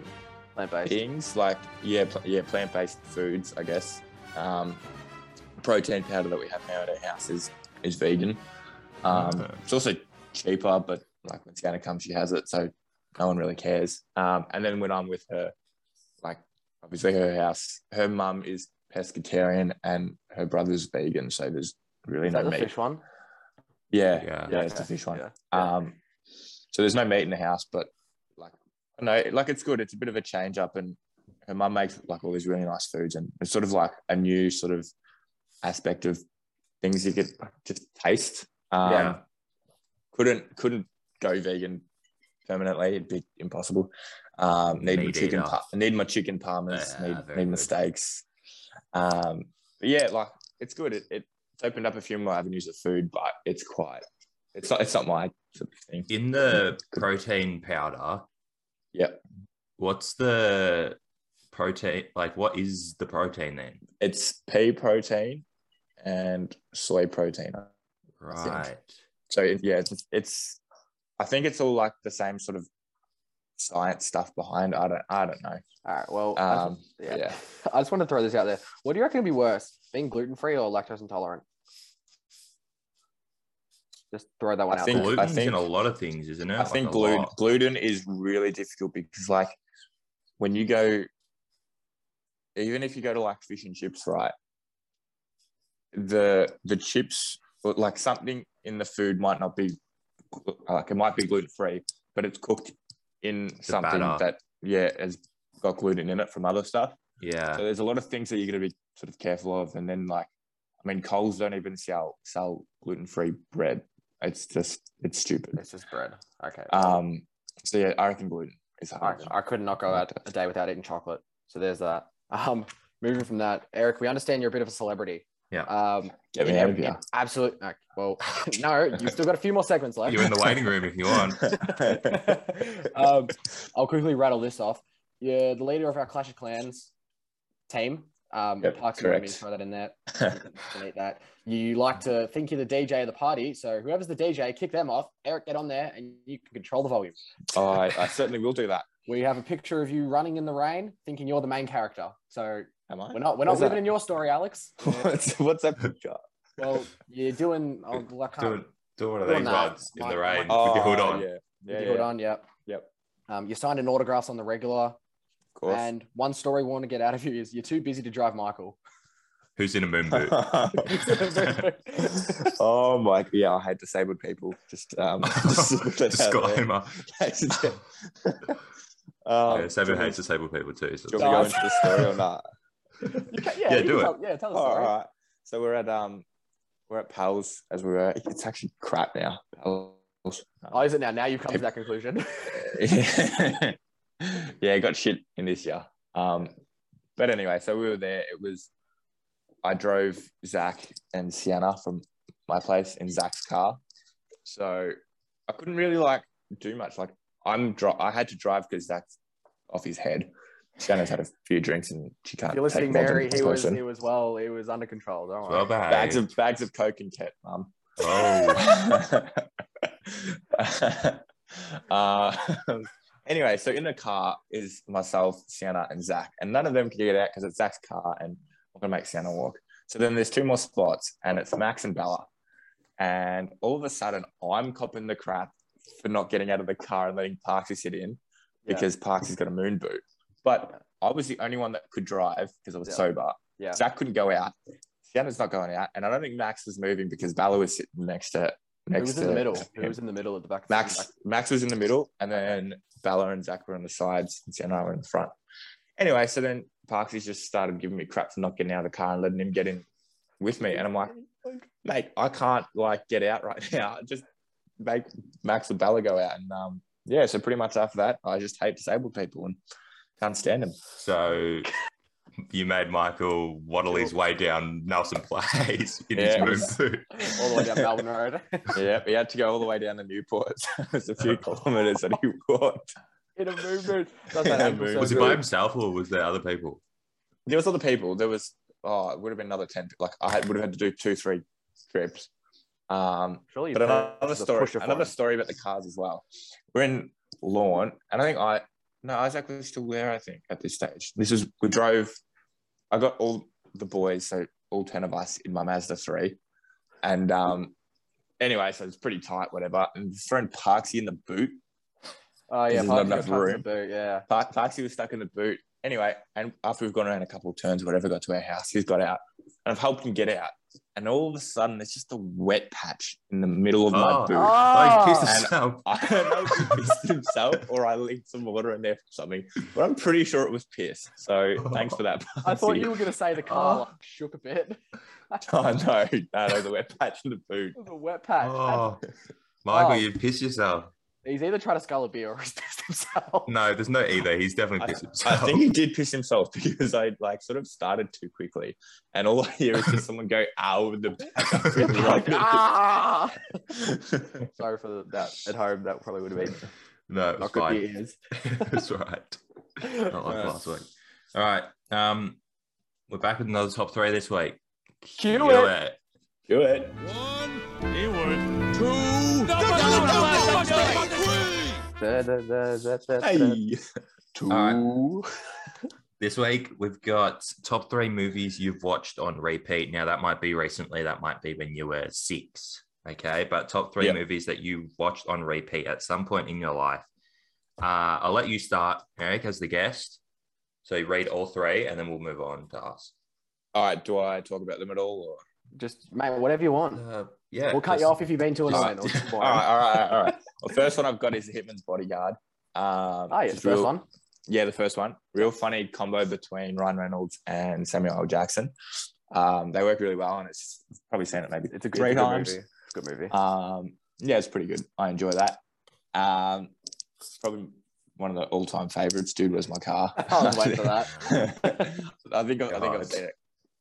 Speaker 2: Plant-based.
Speaker 3: things like yeah pl- yeah plant-based foods i guess um protein powder that we have now at our house is is vegan um
Speaker 1: Okay.
Speaker 3: it's also cheaper but like when Sienna comes she has it so no one really cares um and then when i'm with her like obviously her house her mum is pescatarian and her brother's vegan so there's really
Speaker 2: Is
Speaker 3: no
Speaker 2: that the
Speaker 3: meat
Speaker 2: fish one?
Speaker 3: yeah
Speaker 1: Yeah.
Speaker 3: yeah, it's the fish one.
Speaker 2: Yeah.
Speaker 3: Um, so there's no meat in the house, but like, I don't know, like it's good. It's a bit of a change up, and her mum makes like all these really nice foods, and it's sort of like a new sort of aspect of things you could just taste. Um,
Speaker 1: Yeah.
Speaker 3: couldn't couldn't go vegan permanently; it'd be impossible. Um, need my
Speaker 1: Meat
Speaker 3: chicken,
Speaker 1: eater.
Speaker 3: pa- need my chicken parmas,
Speaker 1: Yeah,
Speaker 3: need
Speaker 1: very
Speaker 3: need my
Speaker 1: good.
Speaker 3: steaks. Um, but yeah, like it's good. It, it it's opened up a few more avenues of food, but it's quite it's not it's not my sort of thing.
Speaker 1: In the protein powder,
Speaker 3: Yep.
Speaker 1: what's the protein? Like, what is the protein then?
Speaker 3: It's pea protein and soy protein. think.
Speaker 1: Right.
Speaker 3: So it, yeah, it's, it's I think it's all like the same sort of science stuff behind. I don't I don't know.
Speaker 2: All right. Well, I just-
Speaker 3: Um,
Speaker 2: yeah.
Speaker 3: yeah.
Speaker 2: I just want to throw this out there. What do you reckon would be worse, being gluten free or lactose intolerant? Just throw that one
Speaker 3: I
Speaker 2: out
Speaker 3: think-
Speaker 2: there.
Speaker 1: Gluten's in
Speaker 3: think-
Speaker 1: a lot of things, isn't it?
Speaker 3: I think
Speaker 1: gluten.
Speaker 3: gluten, gluten is really difficult because, like, when you go, even if you go to like fish and chips, right? The the chips, or, like something in the food, might not be like it might be gluten free, but it's cooked in something
Speaker 1: batter.
Speaker 3: that yeah has got gluten in it from other stuff. So
Speaker 1: Yeah.
Speaker 3: there's a lot of things that you're going to be sort of careful of, and then like, I mean, Coles don't even sell sell gluten free bread. It's just it's stupid.
Speaker 2: It's just bread. Okay.
Speaker 3: Um, so yeah, I reckon gluten is
Speaker 2: I,
Speaker 3: hard.
Speaker 2: I could not go out a day without eating chocolate. So there's that. Um, moving from that, Eric, we understand you're a bit of a celebrity.
Speaker 1: Yeah.
Speaker 2: Um,
Speaker 3: Get me
Speaker 2: in
Speaker 3: out
Speaker 2: every-
Speaker 3: of here.
Speaker 2: in Absolute. okay, well, no, you've still got a few more segments left.
Speaker 1: You're in the waiting room if you want.
Speaker 2: um, I'll quickly rattle this off. Yeah, the leader of our Clash of Clans team. Um,
Speaker 3: Yep,
Speaker 2: Parks and Rec,
Speaker 3: correct.
Speaker 2: throw that in there.
Speaker 3: Um,
Speaker 2: Delete that. You like to think you're the DJ of the party, so whoever's the DJ, kick them off. Eric, get on there, and you can control the volume.
Speaker 3: oh, I, I certainly will do that.
Speaker 2: We have a picture of you running in the rain, thinking you're the main character. So
Speaker 3: Am I?
Speaker 2: we're not we're not
Speaker 3: What's
Speaker 2: living
Speaker 3: that?
Speaker 2: in your story, Alex.
Speaker 3: what's, what's that picture?
Speaker 2: well, you're doing. Oh, I can't.
Speaker 1: Doing, doing one of
Speaker 2: Doing
Speaker 1: these
Speaker 2: that.
Speaker 1: ones in
Speaker 2: My-
Speaker 1: the rain
Speaker 2: my-
Speaker 1: with your hood on.
Speaker 3: Oh, Yeah, Ah, yeah,
Speaker 2: With
Speaker 3: yeah,
Speaker 2: your hood on. Yep.
Speaker 3: Yep.
Speaker 2: Um, you signed an autographs on the regular,
Speaker 3: of course.
Speaker 2: and one story we want to get out of you is you're too busy to drive Michael.
Speaker 1: Who's in a moon boot?
Speaker 3: oh my, yeah, I hate disabled people. Just, um, just put that out there.
Speaker 1: Disclaimer.
Speaker 3: um,
Speaker 1: yeah, Samuel
Speaker 3: do you
Speaker 1: hates disabled people too. So
Speaker 3: want- do you want me to go into the story or not?
Speaker 2: You ca-
Speaker 1: Yeah,
Speaker 2: you
Speaker 1: do
Speaker 2: can
Speaker 1: it.
Speaker 2: Tell, yeah, tell us.
Speaker 3: All
Speaker 2: story.
Speaker 3: right. So we're at um we're at Pals as we were. It's actually crap now. Pals.
Speaker 2: Oh, is it now? Now you've come to that conclusion.
Speaker 3: yeah, it got shit in this year. Um, but anyway, so we were there. It was I drove Zach and Sienna from my place in Zach's car, so I couldn't really like do much. Like I'm dri I had to drive because Zach's off his head. Sienna's had a few drinks and she can't.
Speaker 2: If you're listening,
Speaker 3: uh, take more than
Speaker 2: Mary,
Speaker 3: a
Speaker 2: he was
Speaker 3: person.
Speaker 2: he was well, he was under control. Don't
Speaker 1: well
Speaker 2: worry.
Speaker 1: behaved.
Speaker 3: bags of bags of coke and ket, mum.
Speaker 1: Oh,
Speaker 3: uh, anyway, so in the car is myself, Sienna, and Zach, and none of them can get out because it's Zach's car, and I'm gonna make Sienna walk. So then there's two more spots, and it's Max and Bella, and all of a sudden I'm copping the crap for not getting out of the car and letting Parksy sit in
Speaker 2: Yeah.
Speaker 3: because Parksy's got a moon boot, but I was the only one that could drive because I was
Speaker 2: Yeah.
Speaker 3: sober.
Speaker 2: Yeah.
Speaker 3: Zach couldn't go out. Sienna's not going out, and I don't think Max was moving because Bella was sitting next to
Speaker 2: Who
Speaker 3: next
Speaker 2: was
Speaker 3: to
Speaker 2: in the middle? Who
Speaker 3: him.
Speaker 2: was in the middle at the back?
Speaker 3: Max Max was in the middle, and then Bella and Zach were on the sides, and Sienna were in the front. Anyway, so then Parksy's just started giving me crap for not getting out of the car and letting him get in with me, and I'm like, mate, I can't like get out right now. Just make Max and Bella go out, and um, yeah, so pretty much after that, I just hate disabled people and can't stand them.
Speaker 1: So you made Michael waddle his way down Nelson Place in
Speaker 3: Yeah.
Speaker 1: his moon boot.
Speaker 2: all the way down Melbourne Road.
Speaker 3: yeah, he had to go all the way down to Newport. it's a few kilometers that he walked.
Speaker 2: In a moon boot. That's
Speaker 3: In
Speaker 2: that
Speaker 3: a
Speaker 2: ankle
Speaker 3: moon
Speaker 2: surgery.
Speaker 3: boot.
Speaker 1: Was he by himself or was there other people?
Speaker 3: There was other people. There was oh, it would have been another ten. Like I had, would have had to do two, three trips. Um,
Speaker 2: Surely
Speaker 3: but
Speaker 2: you've heard
Speaker 3: another
Speaker 2: there's a
Speaker 3: story,
Speaker 2: push of
Speaker 3: another
Speaker 2: one.
Speaker 3: story about the cars as well. We're in Lawn, and I think I no Isaac was still there. I think at this stage, this is we drove. I got all the boys, so all ten of us in my Mazda three, and um, anyway, so it's pretty tight, whatever. And throwing Parksy in the boot.
Speaker 2: Oh yeah,
Speaker 3: There's
Speaker 2: Parker
Speaker 3: not enough
Speaker 2: got
Speaker 3: room.
Speaker 2: punched in the boot, yeah.
Speaker 3: Par- Parksy was stuck in the boot. Anyway, and after we've gone around a couple of turns, whatever, got to our house, he's got out. And I've helped him get out. And all of a sudden, there's just a wet patch in the middle of my
Speaker 1: Oh.
Speaker 3: boot.
Speaker 1: Oh, he pissed
Speaker 2: Oh.
Speaker 1: himself.
Speaker 3: I don't know if he pissed himself or I leaked some water in there for something, but I'm pretty sure it was piss. So thanks for that.
Speaker 2: I thought
Speaker 3: Parksy.
Speaker 2: you were gonna say the car like, shook a bit.
Speaker 3: Oh, no, no, no, the wet patch in the boot.
Speaker 2: the wet patch.
Speaker 1: Oh. Michael,
Speaker 2: Oh.
Speaker 1: you pissed yourself.
Speaker 2: He's either trying to scull a beer or he's pissed himself.
Speaker 1: No, there's no either. He's definitely pissed
Speaker 3: I
Speaker 1: himself.
Speaker 3: think he did piss himself because I like sort of started too quickly, and all I hear is just someone go "ow" with the
Speaker 2: Like,
Speaker 3: back.
Speaker 2: ah! Sorry for the, that at home. That probably would have been
Speaker 1: no, it's
Speaker 2: not good for
Speaker 3: E.
Speaker 1: fine.
Speaker 2: your ears.
Speaker 1: it's all right. Not like
Speaker 3: Yeah.
Speaker 1: last week. All right. Um, we're back with another top three this week.
Speaker 2: Cue
Speaker 1: Kill
Speaker 2: it.
Speaker 1: it.
Speaker 3: Do it.
Speaker 4: One, Hayward. Two, no, no, no, no, no,
Speaker 2: Da, da, da, da, da, da.
Speaker 3: Hey. Two.
Speaker 1: This week we've got top three movies you've watched on repeat. Now that might be recently, that might be when you were six. Okay, but top three
Speaker 3: Yep.
Speaker 1: movies that you watched on repeat at some point in your life. Uh, I'll let you start, Eric, as the guest. So you read all three, and then we'll move on to us.
Speaker 3: All right. Do I talk about them at all?
Speaker 2: Just mate, whatever you want.
Speaker 1: Uh, yeah,
Speaker 2: we'll cut
Speaker 1: just-
Speaker 2: you off if you've been too annoying. or
Speaker 1: Just-
Speaker 2: too
Speaker 3: Or?
Speaker 2: boring.
Speaker 3: All right. All right. All right. well, first one I've got is the Hitman's Bodyguard. Um,
Speaker 2: Oh, yeah,
Speaker 3: just
Speaker 2: first
Speaker 3: real-
Speaker 2: one.
Speaker 3: Yeah, the first one. Real funny combo between Ryan Reynolds and Samuel L. Jackson. Um, they work really well, and it's you've probably seen it maybe
Speaker 2: It's a good,
Speaker 3: three
Speaker 2: it's a good
Speaker 3: times.
Speaker 2: movie. It's a good movie.
Speaker 3: Um, yeah, it's pretty good. I enjoy that. Um, it's probably one of the all-time favorites. Dude, was my car?
Speaker 2: I was waiting for that.
Speaker 3: I think I, I think I've
Speaker 1: Guys.
Speaker 3: seen it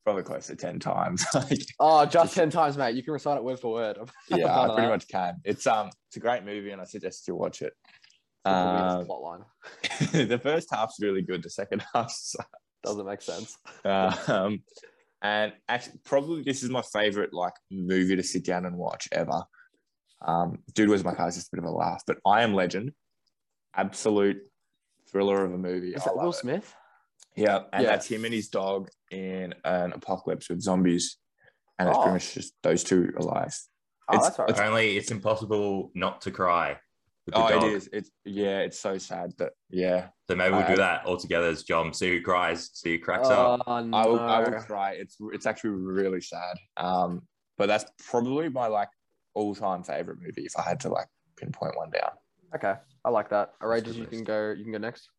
Speaker 3: probably close to ten times. Like,
Speaker 2: oh, just ten times, mate. You can recite it word for word.
Speaker 3: yeah,
Speaker 2: Proud
Speaker 3: I
Speaker 2: of
Speaker 3: pretty
Speaker 2: that.
Speaker 3: much can. It's um, it's a great movie, and I suggest you watch it.
Speaker 2: Um,
Speaker 3: Um,
Speaker 2: plot line
Speaker 3: the first half's really good. The second half's
Speaker 2: doesn't make sense.
Speaker 3: um, and actually, probably this is my favorite like movie to sit down and watch ever. Um, Dude, where's my car? Is just a bit of a laugh, but I Am Legend, absolute thriller of a movie.
Speaker 2: Is
Speaker 3: I
Speaker 2: that
Speaker 3: love
Speaker 2: Will
Speaker 3: it.
Speaker 2: Smith?
Speaker 3: Yeah, and
Speaker 2: Yeah.
Speaker 3: that's him and his dog in an apocalypse with zombies, and it's
Speaker 2: Oh.
Speaker 3: pretty much just those two alive.
Speaker 2: Oh,
Speaker 3: It's-
Speaker 2: that's all right.
Speaker 1: Apparently, it's impossible not to cry. With the
Speaker 3: Oh,
Speaker 1: dog.
Speaker 3: it is. It's yeah, it's so sad that yeah,
Speaker 1: So maybe we'll
Speaker 3: I-
Speaker 1: do that all together as John. See who cries, see who cracks up.
Speaker 2: Oh, no.
Speaker 3: I will, I will cry. It's it's actually really sad. Um, but that's probably my like all time favorite movie. If I had to like pinpoint one down,
Speaker 2: Okay, I like that. Outrageous.
Speaker 1: good
Speaker 2: You
Speaker 1: list.
Speaker 2: can go. You can go next.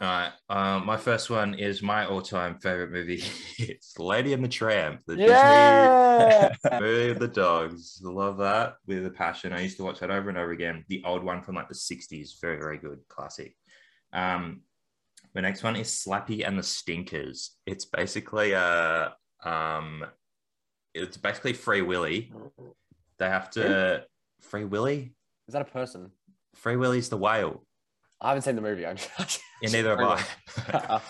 Speaker 1: All right. Um, my first one is my all-time favorite movie. it's Lady and the Tramp, the Disney movie of the dogs. Love that with a passion. I used to watch that over and over again. The old one from like the '60s, very very good classic. Um, the next one is Slappy and the Stinkers. It's basically uh um, it's basically Free Willy. They have to Free Willy.
Speaker 2: Is that a person?
Speaker 1: Free Willy's the whale.
Speaker 2: I haven't seen the movie. I'm
Speaker 1: Yeah, neither have I.
Speaker 2: Alright.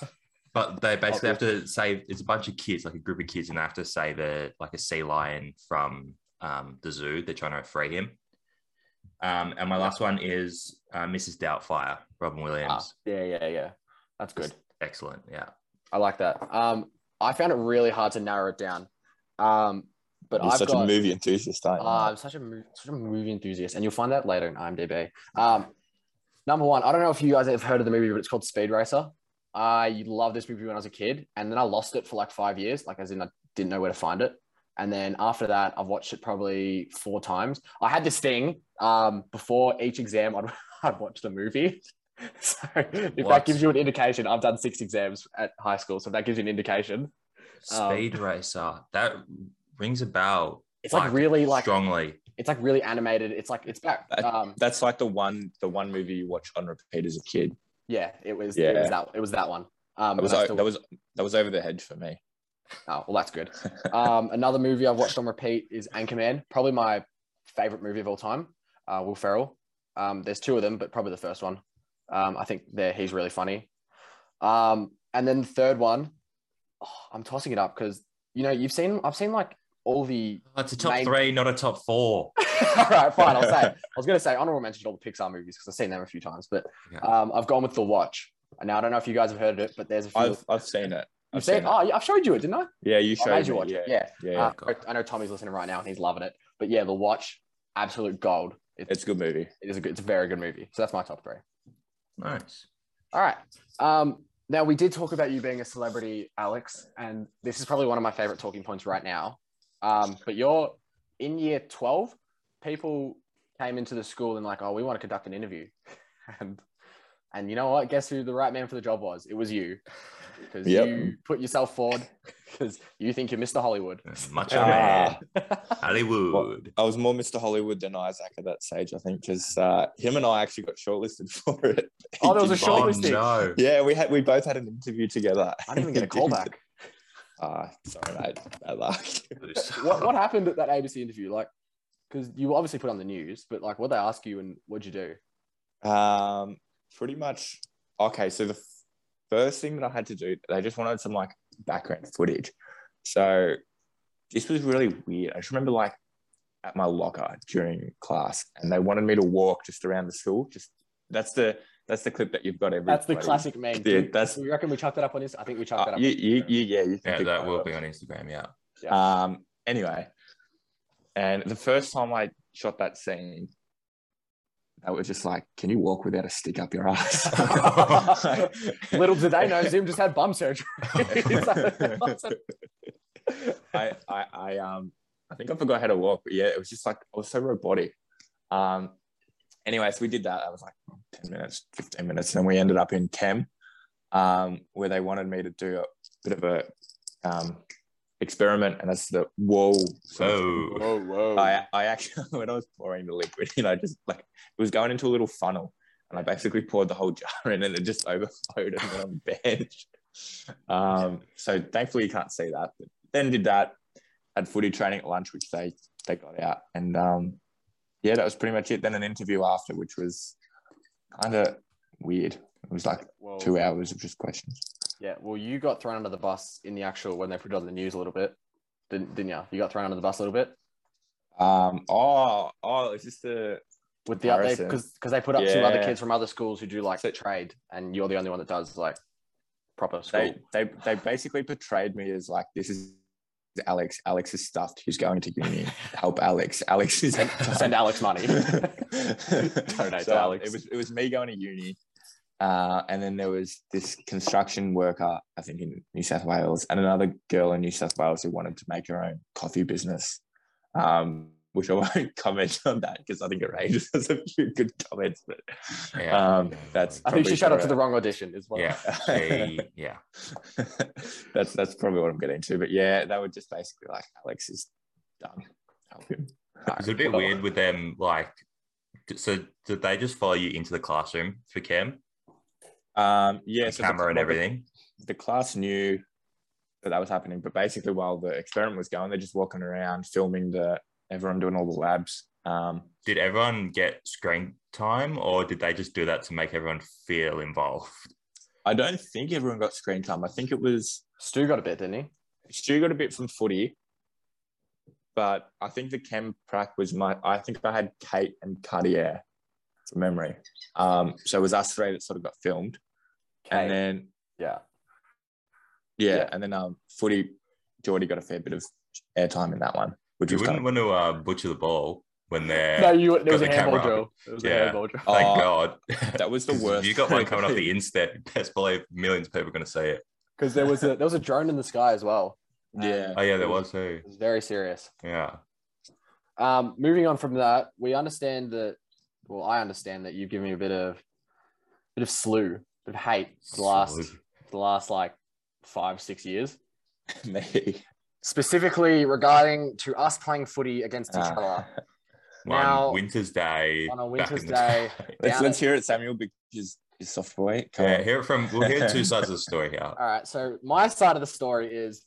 Speaker 1: but
Speaker 2: Oh,
Speaker 1: they basically have to save. It's a bunch of kids, like a group of kids, and they have to save a like a sea lion from um, the zoo. They're trying to free him. Um, and my last one is uh, Mrs. Doubtfire, Robin Williams.
Speaker 2: Ah, yeah, yeah, yeah. That's good.
Speaker 1: Excellent. Yeah.
Speaker 2: I like that. Um, I found it really hard to narrow it down. Um, but I've got,
Speaker 3: movie enthusiast, aren't
Speaker 2: Uh, I'm such a mo- such a movie enthusiast, and you'll find that later in IMDb. Um, number one, I don't know if you guys have heard of the movie, but it's called Speed Racer. I loved this movie when I was a kid, and then I lost it for like five years, like as in I didn't know where to find it. And then after that, I've watched it probably four times. I had this thing um, before each exam, I'd, I'd watch the movie. So if that
Speaker 1: What?
Speaker 2: gives you an indication, I've done six exams at high school, so if that gives you an indication. Um,
Speaker 1: Speed Racer. That rings a bell.
Speaker 2: It's like really like
Speaker 1: strongly.
Speaker 2: It's like really animated. It's like it's back.
Speaker 3: That-
Speaker 2: Um,
Speaker 3: That's like the one the one movie you watch on repeat as a kid.
Speaker 2: yeah, it was. It
Speaker 3: Yeah.
Speaker 2: was that. It was that one. Um,
Speaker 3: That was
Speaker 2: and I
Speaker 3: o-
Speaker 2: still-
Speaker 3: that was that was over the hedge for me.
Speaker 2: oh well, that's good. Um, another movie I've watched on repeat is Anchorman. Probably my favorite movie of all time. Uh, Will Ferrell. Um, there's two of them, but probably the first one. Um, I think there he's really funny. Um, and then the third one, oh, I'm tossing it up because you know you've seen I've seen like all the
Speaker 1: Oh, It's a top
Speaker 2: Main-
Speaker 1: three, not a top four.
Speaker 2: all right, fine. I'll say. it. I was going to say honorable mention to all the Pixar movies because I've seen them a few times, but
Speaker 1: Yeah.
Speaker 2: um, I've gone with The Watch. Now I don't know if you guys have heard of it, but there's a few.
Speaker 3: I've I've seen it.
Speaker 2: you've
Speaker 3: I've
Speaker 2: seen?
Speaker 3: seen it.
Speaker 2: Oh, yeah, I've showed you it, didn't I?
Speaker 3: Yeah, you showed
Speaker 2: I made you
Speaker 3: me,
Speaker 2: watch
Speaker 3: yeah.
Speaker 2: it. Yeah.
Speaker 3: Yeah,
Speaker 2: Uh,
Speaker 1: God.
Speaker 2: I know Tommy's listening right now and he's loving it. But yeah, The Watch, absolute gold. It's,
Speaker 3: it's a good movie.
Speaker 2: it is a good, it's a very good movie. So that's my top three.
Speaker 1: Nice.
Speaker 2: All right. Um, now we did talk about you being a celebrity, Alex, and this is probably one of my favorite talking points right now. Um, but you're in year twelve. People came into the school and like, oh, we want to conduct an interview, and and you know what? Guess who the right man for the job was? It was you, because
Speaker 3: Yep.
Speaker 2: you put yourself forward because you think you're Mr. Hollywood.
Speaker 1: Much
Speaker 3: Ah.
Speaker 1: man. Hollywood.
Speaker 3: I was more Mr. Hollywood than Isaac at that stage, I think, because uh, him and I actually got shortlisted for it.
Speaker 2: Oh, there was a
Speaker 3: He did-
Speaker 1: Oh,
Speaker 2: shortlisting.
Speaker 1: no.
Speaker 3: Yeah, we had we both had an interview together.
Speaker 2: I didn't even get a
Speaker 3: He didn't-
Speaker 2: call back.
Speaker 3: Ah, sorry, mate. Bad luck.
Speaker 2: What what happened at that ABC interview? Like, because you were obviously put on the news, but like, what they ask you and what'd you do?
Speaker 3: Um, pretty much. Okay, so the f- first thing that I had to do, they just wanted some like background footage. So this was really weird. I just remember like at my locker during class, and they wanted me to walk just around the school. Just that's the that's the clip that you've got every.
Speaker 2: That's the
Speaker 3: bloody-
Speaker 2: classic meme.
Speaker 3: Yeah,
Speaker 2: Do
Speaker 3: that's-
Speaker 2: do you reckon we chucked that up on this? I think we chucked
Speaker 3: Uh,
Speaker 2: that up.
Speaker 3: you, you, you, yeah, you can
Speaker 1: Yeah,
Speaker 3: pick
Speaker 1: that will
Speaker 3: up.
Speaker 1: be on Instagram. Yeah.
Speaker 3: Um, anyway, and the first time I shot that scene, they were just like, "Can you walk without a stick up your ass?"
Speaker 2: Little did they know, Zoom just had bum surgery.
Speaker 3: I, I, I, um, I think I forgot how to walk, but yeah, it was just like I was so robotic. Um, anyway, so we did that. I was like ten minutes, fifteen minutes, and then we ended up in Chem, um, where they wanted me to do a bit of a um, experiment, and that's the wall. sort of thing.
Speaker 1: So
Speaker 2: whoa, whoa.
Speaker 3: I, I actually, when I was pouring the liquid in, I just like, it was going into a little funnel and I basically poured the whole jar in and it just overflowed and went on the bench. Um, so thankfully you can't see that. But then did that, had footy training at lunch, which they, they got out. And um, yeah, that was pretty much it. Then an interview after, which was kind of weird. It was like
Speaker 2: Whoa.
Speaker 3: two hours of just questions.
Speaker 2: Yeah, well, you got thrown under the bus in the actual when they put it on the news a little bit, didn't, didn't you? You got thrown under the bus a little bit
Speaker 3: Um, oh, oh, is this the,
Speaker 2: with the other
Speaker 3: Comparison.
Speaker 2: because because they put up two other
Speaker 3: Yeah.
Speaker 2: kids from other schools who do like
Speaker 3: So-
Speaker 2: trade, and you're the only one that does like proper school.
Speaker 3: they they they basically portrayed me as like this is Alex. Alex is stuffed. He's going to uni. Help Alex. Alex is
Speaker 2: Send, send Alex money. Donate to Alex.
Speaker 3: It was it was me going to uni. Uh, and then there was this construction worker, I think in New South Wales, and another girl in New South Wales who wanted to make her own coffee business. Um, which I won't comment on that because I think it raises a few good comments, but
Speaker 1: Yeah.
Speaker 3: um, that's
Speaker 2: I think
Speaker 3: probably
Speaker 2: she showed up to
Speaker 3: for-
Speaker 2: the wrong audition. Is what
Speaker 1: yeah, she, yeah.
Speaker 3: that's that's probably what I'm getting to. But yeah, they were just basically like Alex is done. Help him.
Speaker 1: It's a bit weird with them. Like, so did they just follow you into the classroom for chem,
Speaker 3: Um, yeah,
Speaker 1: the
Speaker 3: so the-
Speaker 1: camera, and
Speaker 3: well,
Speaker 1: everything?
Speaker 3: The, the class knew that that was happening, but basically while the experiment was going, they're just walking around filming the everyone doing all the labs. Um,
Speaker 1: Did everyone get screen time, or did they just do that to make everyone feel involved?
Speaker 3: I don't think everyone got screen time. I think it was
Speaker 2: Stu got a bit, didn't he?
Speaker 3: Stu got a bit from footy, but I think the chem prac was my. I think I had Kate and Cartier from memory. Um, so it was us three that sort of got filmed,
Speaker 2: Kate.
Speaker 3: and then
Speaker 2: yeah.
Speaker 3: yeah,
Speaker 2: Yeah.
Speaker 3: and then um, footy, Geordie got a fair bit of airtime in that one, which
Speaker 1: You
Speaker 3: was
Speaker 1: wouldn't
Speaker 3: kind
Speaker 1: want to uh, butcher the ball when they're.
Speaker 2: No, you. There
Speaker 1: Got
Speaker 2: was
Speaker 1: the
Speaker 2: a handball
Speaker 1: camera.
Speaker 2: drill. There was a
Speaker 1: Yeah.
Speaker 2: handball drill.
Speaker 3: of,
Speaker 1: Thank
Speaker 3: Oh,
Speaker 1: God.
Speaker 3: that was the
Speaker 1: 'Cause
Speaker 3: worst.
Speaker 1: You got one coming off the instant. Best believe millions of people are going to see it.
Speaker 2: Because there was a there was a drone in the sky as well. Um,
Speaker 3: yeah,
Speaker 1: Oh yeah, there was too.
Speaker 2: it was very serious.
Speaker 1: Yeah.
Speaker 2: Um, moving on from that, we understand that. Well, I understand that you've given me a bit of, bit of slew, bit of hate for the last
Speaker 1: Absolutely.
Speaker 2: the last like five six years,
Speaker 3: me.
Speaker 2: specifically regarding to us playing footy against each
Speaker 3: Uh,
Speaker 2: other. Now-
Speaker 1: on winter's day.
Speaker 2: On a
Speaker 1: Ah. back in
Speaker 2: winter's
Speaker 1: the
Speaker 2: day,
Speaker 1: day.
Speaker 3: Let's,
Speaker 2: down
Speaker 3: let's
Speaker 2: at-
Speaker 3: hear it, Samuel, because you're a soft boy. Come
Speaker 1: Yeah,
Speaker 3: on.
Speaker 1: hear it from. We'll hear two sides of the story here.
Speaker 2: All right. So my side of the story is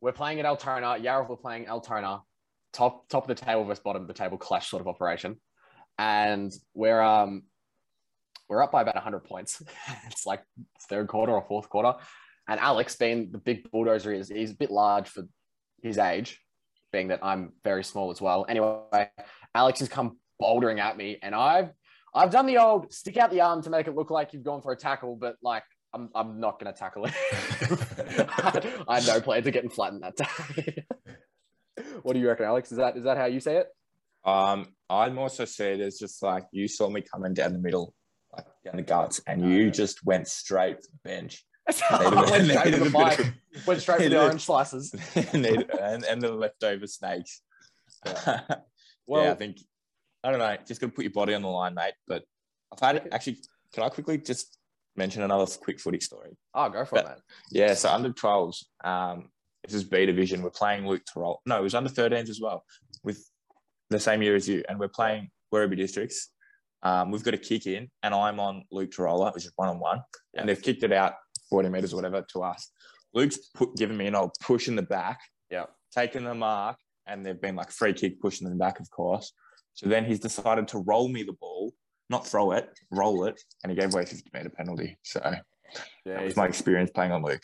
Speaker 2: we're playing at Altona. Yarrath were playing Altona, top top of the table versus bottom of the table clash sort of operation, and we're um we're up by about hundred points. it's like third quarter or fourth quarter, and Alex, being the big bulldozer, he is he's a bit large for his age, being that I'm very small as well. Anyway, Alex has come bouldering at me, and I've I've done the old stick out the arm to make it look like you've gone for a tackle, but like I'm I'm not gonna tackle it. I had no plans of getting flattened that day. what do you reckon, Alex? Is that is that how you say it?
Speaker 3: Um, I'd more so say it as just like you saw me coming down the middle, like down the guts, and you just went straight to the bench.
Speaker 2: Went straight to the bike. Went straight for
Speaker 3: It
Speaker 2: the
Speaker 3: is.
Speaker 2: orange slices.
Speaker 3: Needed- and, and the leftover snakes.
Speaker 2: Well,
Speaker 3: yeah, I think I don't know. Just gonna put your body on the line, mate. But I've had it actually. Can I quickly just mention another quick footy story?
Speaker 2: oh, go for it, man.
Speaker 3: Yeah, so under 12s, um, this is B division. We're playing Luke Terrell. No, it was under 13s as well, with the same year as you. And we're playing Werribee Districts. Um, we've got a kick in, and I'm on Luke Tarola, which is one on one, and they've kicked it out 40 meters or whatever to us. Luke's put, giving me an old push in the back,
Speaker 2: Yeah.
Speaker 3: taking the mark, and they've been like free kick pushing them back, of course. So then he's decided to roll me the ball, not throw it, roll it, and he gave away a 50 meter penalty. So
Speaker 2: Yeah,
Speaker 3: that was
Speaker 2: he's-
Speaker 3: my experience playing on Luke.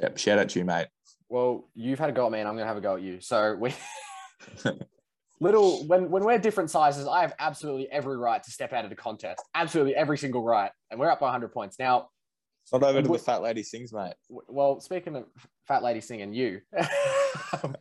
Speaker 3: Yep. Shout out to you, mate.
Speaker 2: Well, you've had a go at me, and I'm gonna have a go at you. So we little when when we're different sizes, I have absolutely every right to step out of the contest. Absolutely every single right, and we're up by 100 points now.
Speaker 3: It's not over
Speaker 2: to
Speaker 3: to
Speaker 2: the
Speaker 3: the fat lady sings, mate.
Speaker 2: w- Well, speaking of fat lady singing, you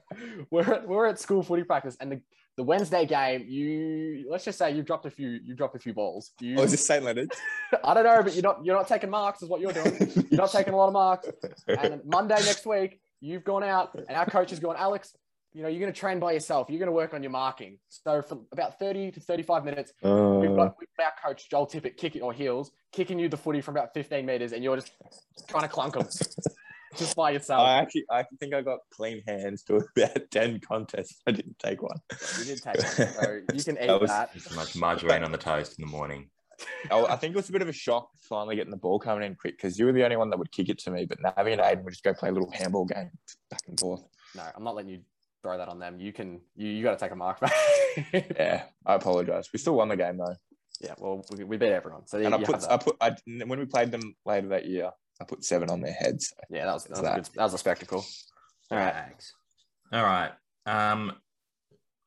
Speaker 2: we're at, we're at school footy practice, and the, the Wednesday game, you let's just say you've dropped a few you've dropped a few balls. You,
Speaker 3: Oh, is this St. Leonard's?
Speaker 2: I don't know, but you're not you're not taking marks, is what you're doing. You're not taking a lot of marks. And then Monday next week, you've gone out, and our coach has gone, Alex. You know, you're going to train by yourself. You're going to work on your marking. So for about 30 to 35 minutes, we've
Speaker 3: Uh,
Speaker 2: got, we've got our coach Joel Tippett kicking or heels kicking you the footy from about 15 meters, and you're just trying to clunk them just by yourself.
Speaker 3: I actually, I think I got clean hands to about ten contests. I didn't take one.
Speaker 2: You did take one, so you can eat
Speaker 3: That
Speaker 2: that.
Speaker 3: was-
Speaker 1: It's like margarine on the toast in the morning.
Speaker 3: Oh, I think it was a bit of a shock finally getting the ball coming in quick because you were the only one that would kick it to me. But Navi and Aiden would just go play a little handball game back and forth.
Speaker 2: No, I'm not letting you throw that on them. You can. You, you got to take a mark, mate.
Speaker 3: Yeah, I apologize. We still won the game though,
Speaker 2: yeah. Well, we, we beat everyone. So you,
Speaker 3: and I
Speaker 2: you
Speaker 3: put,
Speaker 2: have that.
Speaker 3: I put, I when we played them later that year, I put seven on their heads.
Speaker 2: yeah, that was that was,
Speaker 3: that.
Speaker 2: A good, that was a spectacle. All right.
Speaker 1: Thanks. All right. Um,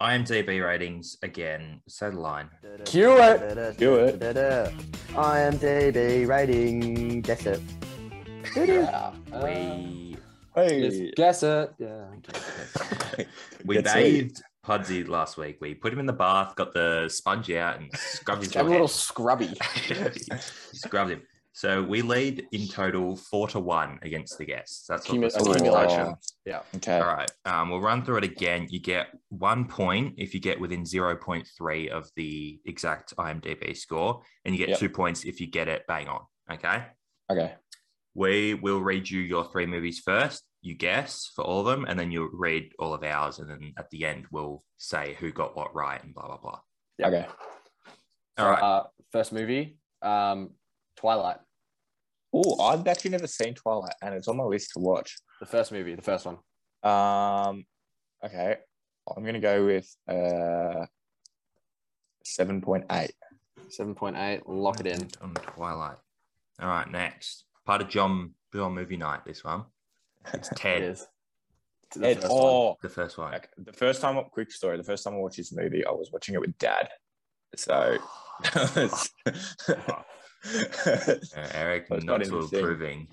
Speaker 1: IMDb ratings again. Say the line.
Speaker 2: Cue it.
Speaker 3: Do it.
Speaker 5: IMDb rating. Guess it.
Speaker 2: Yeah. Uh,
Speaker 1: We
Speaker 2: just guess it. Yeah.
Speaker 1: we
Speaker 3: That's
Speaker 1: bathed Pudsey last week. We put him in the bath, got the sponge out, and scrubbed his
Speaker 2: Have a
Speaker 1: little
Speaker 2: little scrubby.
Speaker 1: head. scrubbed him. So we lead in total four to one against the guests. That's what
Speaker 2: Cumu-
Speaker 1: the score is.
Speaker 2: accumulation.
Speaker 3: Okay.
Speaker 1: All right. Um, we'll run through it again. You get one point if you get within 0.3 of the exact IMDb score, and you get
Speaker 3: Yep.
Speaker 1: two points if you get it bang on. Okay.
Speaker 3: Okay.
Speaker 1: We will read you your three movies first. You guess for all of them, and then you'll read all of ours. And then at the end, we'll say who got what right and blah, blah, blah.
Speaker 2: Yeah.
Speaker 3: Okay.
Speaker 1: All right.
Speaker 2: Uh, first movie, um, Twilight.
Speaker 3: Oh, I've actually never seen Twilight, and it's on my list to watch.
Speaker 2: The first movie, the first one.
Speaker 3: Um, okay, I'm gonna go with uh, seven point eight.
Speaker 2: Seven point eight. Lock it in.
Speaker 1: On Twilight. All right. Next. Part of John, John movie night, this one. It's
Speaker 2: It
Speaker 1: Ted,
Speaker 2: is. The first one.
Speaker 1: the first one.
Speaker 3: okay. oh, the first time. Quick story. The first time I watched this movie, I was watching it with Dad. So,
Speaker 1: Uh, Eric,
Speaker 3: That's
Speaker 1: not
Speaker 3: not
Speaker 1: so
Speaker 3: interesting.
Speaker 1: approving.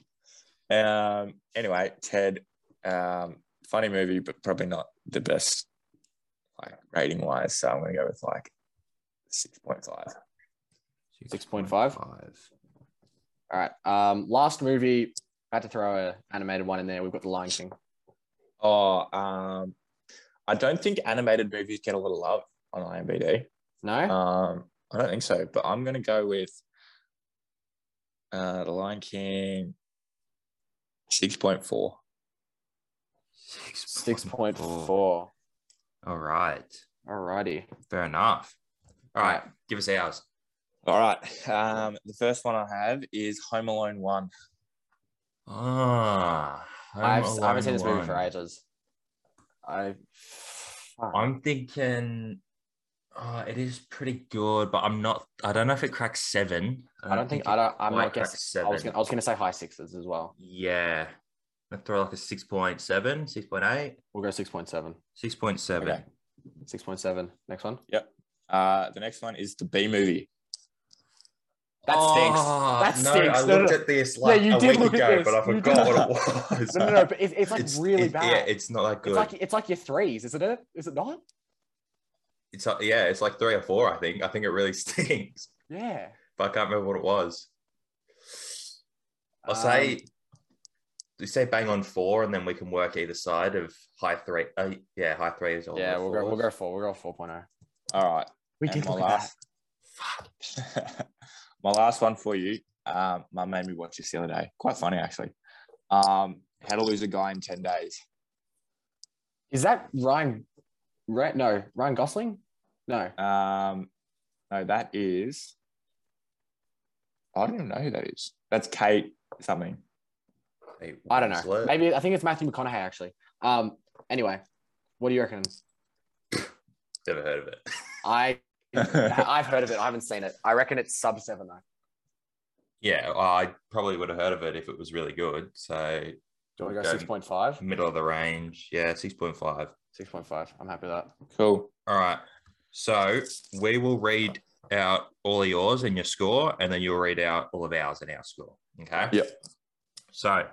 Speaker 3: um, anyway, Ted. Um, funny movie, but probably not the best, like rating wise. So I'm gonna go with like six point five.
Speaker 2: 6.5. All right. Um, last movie. I had to throw a animated one in there. We've got The Lion King.
Speaker 3: Oh, um, I don't think animated movies get a lot of love on IMDb.
Speaker 2: No,
Speaker 3: Um, I don't think so, but I'm gonna go with uh, The Lion King, six point four.
Speaker 2: six point four.
Speaker 1: All right.
Speaker 2: Alrighty.
Speaker 1: Fair enough. All right, give us ours.
Speaker 3: All right. Um, the first one I have is Home Alone One.
Speaker 1: Ah,
Speaker 2: I've,
Speaker 1: Home
Speaker 2: I haven't seen this movie
Speaker 1: Alone
Speaker 2: for
Speaker 1: one.
Speaker 2: ages. I.
Speaker 1: I'm thinking uh, it is pretty good, but I'm not. I don't know if it cracks seven.
Speaker 2: I don't think I don't. I might guess. I
Speaker 1: seven.
Speaker 2: was gonna. I was gonna say high sixes as well.
Speaker 1: yeah, I throw like a 6.7, 6.8,
Speaker 2: We'll go six point seven.
Speaker 1: 6.7.
Speaker 3: Okay.
Speaker 2: Six point seven. Next one.
Speaker 3: Uh, the next one is the B movie.
Speaker 2: That stinks.
Speaker 1: Oh,
Speaker 2: That
Speaker 1: no,
Speaker 2: stinks.
Speaker 1: I
Speaker 2: No, no,
Speaker 1: looked
Speaker 2: no.
Speaker 1: at this like
Speaker 2: you
Speaker 1: a
Speaker 2: did
Speaker 1: week
Speaker 2: look at
Speaker 1: ago,
Speaker 2: this.
Speaker 1: but I
Speaker 2: You
Speaker 1: forgot
Speaker 2: did.
Speaker 1: what it was.
Speaker 2: No, no, no. But it's, it's like really
Speaker 1: it-
Speaker 2: bad.
Speaker 1: Yeah, it's not that good.
Speaker 2: It's like it's like your threes, isn't it? Is it not?
Speaker 1: It's like, yeah, it's like three or four. I think. I think it really stinks,
Speaker 2: Yeah.
Speaker 1: but I can't remember what it was. I'll
Speaker 2: Um,
Speaker 1: say, we say bang on four, and then we can work either side of high three. Uh, yeah, high threes. Or
Speaker 2: Um, yeah, we'll go. We'll
Speaker 1: fours.
Speaker 2: go four. We'll go four point oh.
Speaker 3: All right.
Speaker 5: We
Speaker 3: And
Speaker 5: did
Speaker 3: my
Speaker 5: look at that.
Speaker 3: last, my last one for you. Um, my made me watch this the other day. Quite funny actually. Um, How to Lose a Guy in Ten Days.
Speaker 2: Is that Ryan? Right? No, Ryan Gosling. No.
Speaker 3: Um, no, that is. I don't even know who that is. That's Kate something.
Speaker 1: Hey,
Speaker 2: I don't know.
Speaker 1: Winslet.
Speaker 2: Maybe I think it's Matthew McConaughey actually. Um. Anyway, what do you reckon?
Speaker 1: Never heard of it.
Speaker 2: I I've heard of it. I haven't seen it. I reckon it's sub seven though.
Speaker 1: Yeah, I probably would have heard of it if it was really good. So
Speaker 2: Do we go
Speaker 1: Okay.
Speaker 2: six point five?
Speaker 1: middle of the range. Yeah, six point five.
Speaker 2: Six point five. I'm happy with that.
Speaker 3: cool.
Speaker 1: All right. So we will read out all of yours and your score, and then you'll read out all of ours and our score. Okay.
Speaker 3: Yep.
Speaker 1: So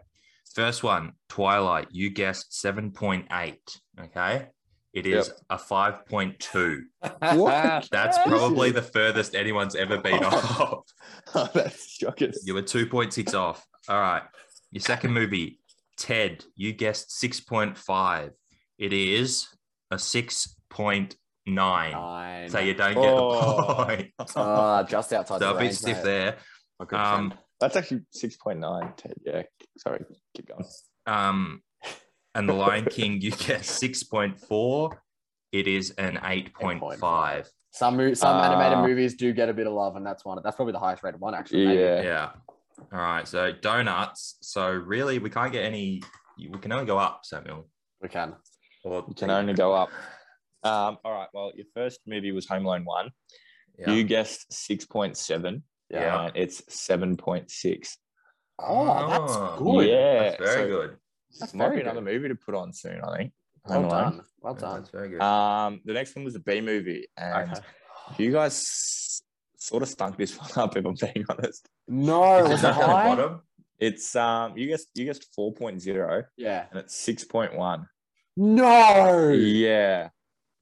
Speaker 1: first one, Twilight. You guessed seven point eight. Okay. It is a five point two.
Speaker 3: What?
Speaker 1: That's probably the furthest anyone's ever been off.
Speaker 3: Oh, That's shocking.
Speaker 1: You were two point six off. All right. Your second movie, Ted. You guessed six point five. It is a six point nine.
Speaker 2: Nine.
Speaker 1: So you don't get
Speaker 3: Oh.
Speaker 1: the point.
Speaker 2: Ah, just
Speaker 1: So
Speaker 2: outside the
Speaker 1: a bit
Speaker 2: range,
Speaker 1: stiff
Speaker 2: mate.
Speaker 1: there.
Speaker 2: A good
Speaker 1: Um,
Speaker 3: That's actually six point nine. Ted. Yeah. Sorry. Keep going.
Speaker 1: um, and the Lion King, you get six point four. It is an eight point five.
Speaker 2: Some mo- some animated
Speaker 3: Uh,
Speaker 2: movies do get a bit of love, and that's one. That's probably the highest rated one, actually. maybe.
Speaker 3: Yeah.
Speaker 1: Yeah. All right. So donuts. So really, we can't get any. We can only go up, Samuel.
Speaker 2: we can.
Speaker 1: Or
Speaker 3: You can only go up. Um, all right. Well, your first movie was Home Alone One.
Speaker 1: Yeah.
Speaker 3: You guessed six point seven. Uh,
Speaker 1: Yeah.
Speaker 3: It's seven point six.
Speaker 2: Oh, that's
Speaker 1: Ah,
Speaker 2: good.
Speaker 3: Yeah.
Speaker 1: That's very
Speaker 3: so
Speaker 1: good.
Speaker 3: That's
Speaker 2: very
Speaker 3: might be
Speaker 2: good.
Speaker 3: another movie to put on soon. I think.
Speaker 2: Well
Speaker 3: Home Alone.
Speaker 2: done. Well done.
Speaker 1: That's very good.
Speaker 3: Um, the next one was the B movie, and
Speaker 2: Okay.
Speaker 3: you guys s- sort of stunk this one up. If I'm being honest,
Speaker 2: No,
Speaker 1: Is
Speaker 2: was
Speaker 1: that
Speaker 2: it
Speaker 1: down the
Speaker 2: high?
Speaker 1: bottom?
Speaker 3: it's um, you guessed you guessed four point zero,
Speaker 2: Yeah.
Speaker 3: and it's six point one.
Speaker 2: No.
Speaker 3: Yeah.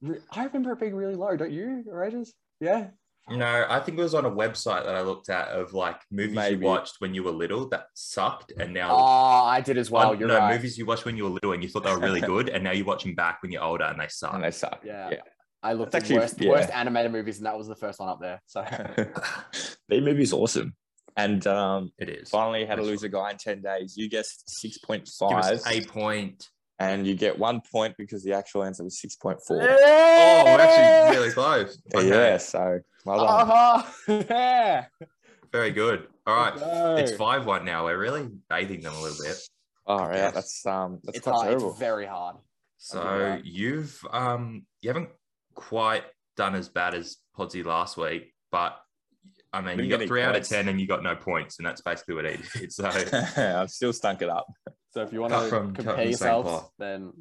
Speaker 2: Re- I remember it being really low. Don't you, Rages? Yeah.
Speaker 1: No, I think it was on a website that I looked at of like movies
Speaker 3: Maybe.
Speaker 1: you watched when you were little that sucked, and now
Speaker 2: Oh, I did as well.
Speaker 1: Un-
Speaker 2: You're
Speaker 1: Uh, no,
Speaker 2: right.
Speaker 1: movies you watched when you were little and you thought they were really good, and now you watch them back when you're older and they suck.
Speaker 3: And they suck.
Speaker 2: Yeah.
Speaker 3: Yeah.
Speaker 2: I looked at
Speaker 3: That's actually-
Speaker 2: worst,
Speaker 3: yeah.
Speaker 2: worst animated movies, and that was the first one up there. So
Speaker 3: B movie's awesome. And um,
Speaker 1: it is.
Speaker 3: finally, how to
Speaker 1: Nice
Speaker 3: lose a guy in ten days. You guessed six point
Speaker 1: Give
Speaker 3: five,
Speaker 1: us a point.
Speaker 3: and you get one point because the actual answer was six point four.
Speaker 1: Oh, we're actually really close. Okay,
Speaker 3: Yeah. So well done.
Speaker 2: Uh-huh. yeah.
Speaker 1: Very good. All right.
Speaker 2: No.
Speaker 1: It's 5 1 now. We're really bathing them a little bit.
Speaker 3: All right.
Speaker 1: Yes.
Speaker 3: That's um. That's
Speaker 2: It's,
Speaker 3: not
Speaker 2: hard.
Speaker 3: terrible.
Speaker 2: it's very hard.
Speaker 1: So you've um you haven't quite done as bad as Podsy last week, but I mean
Speaker 3: Didn't
Speaker 1: you
Speaker 3: get
Speaker 1: got
Speaker 3: any
Speaker 1: three out of
Speaker 3: points.
Speaker 1: ten and you got no points, and that's basically what it is. So
Speaker 3: I've still stunk it up.
Speaker 2: So if you want
Speaker 1: Cut
Speaker 2: to
Speaker 1: from- cut from
Speaker 2: compare
Speaker 1: the same
Speaker 2: yourselves,
Speaker 1: cloth.
Speaker 2: then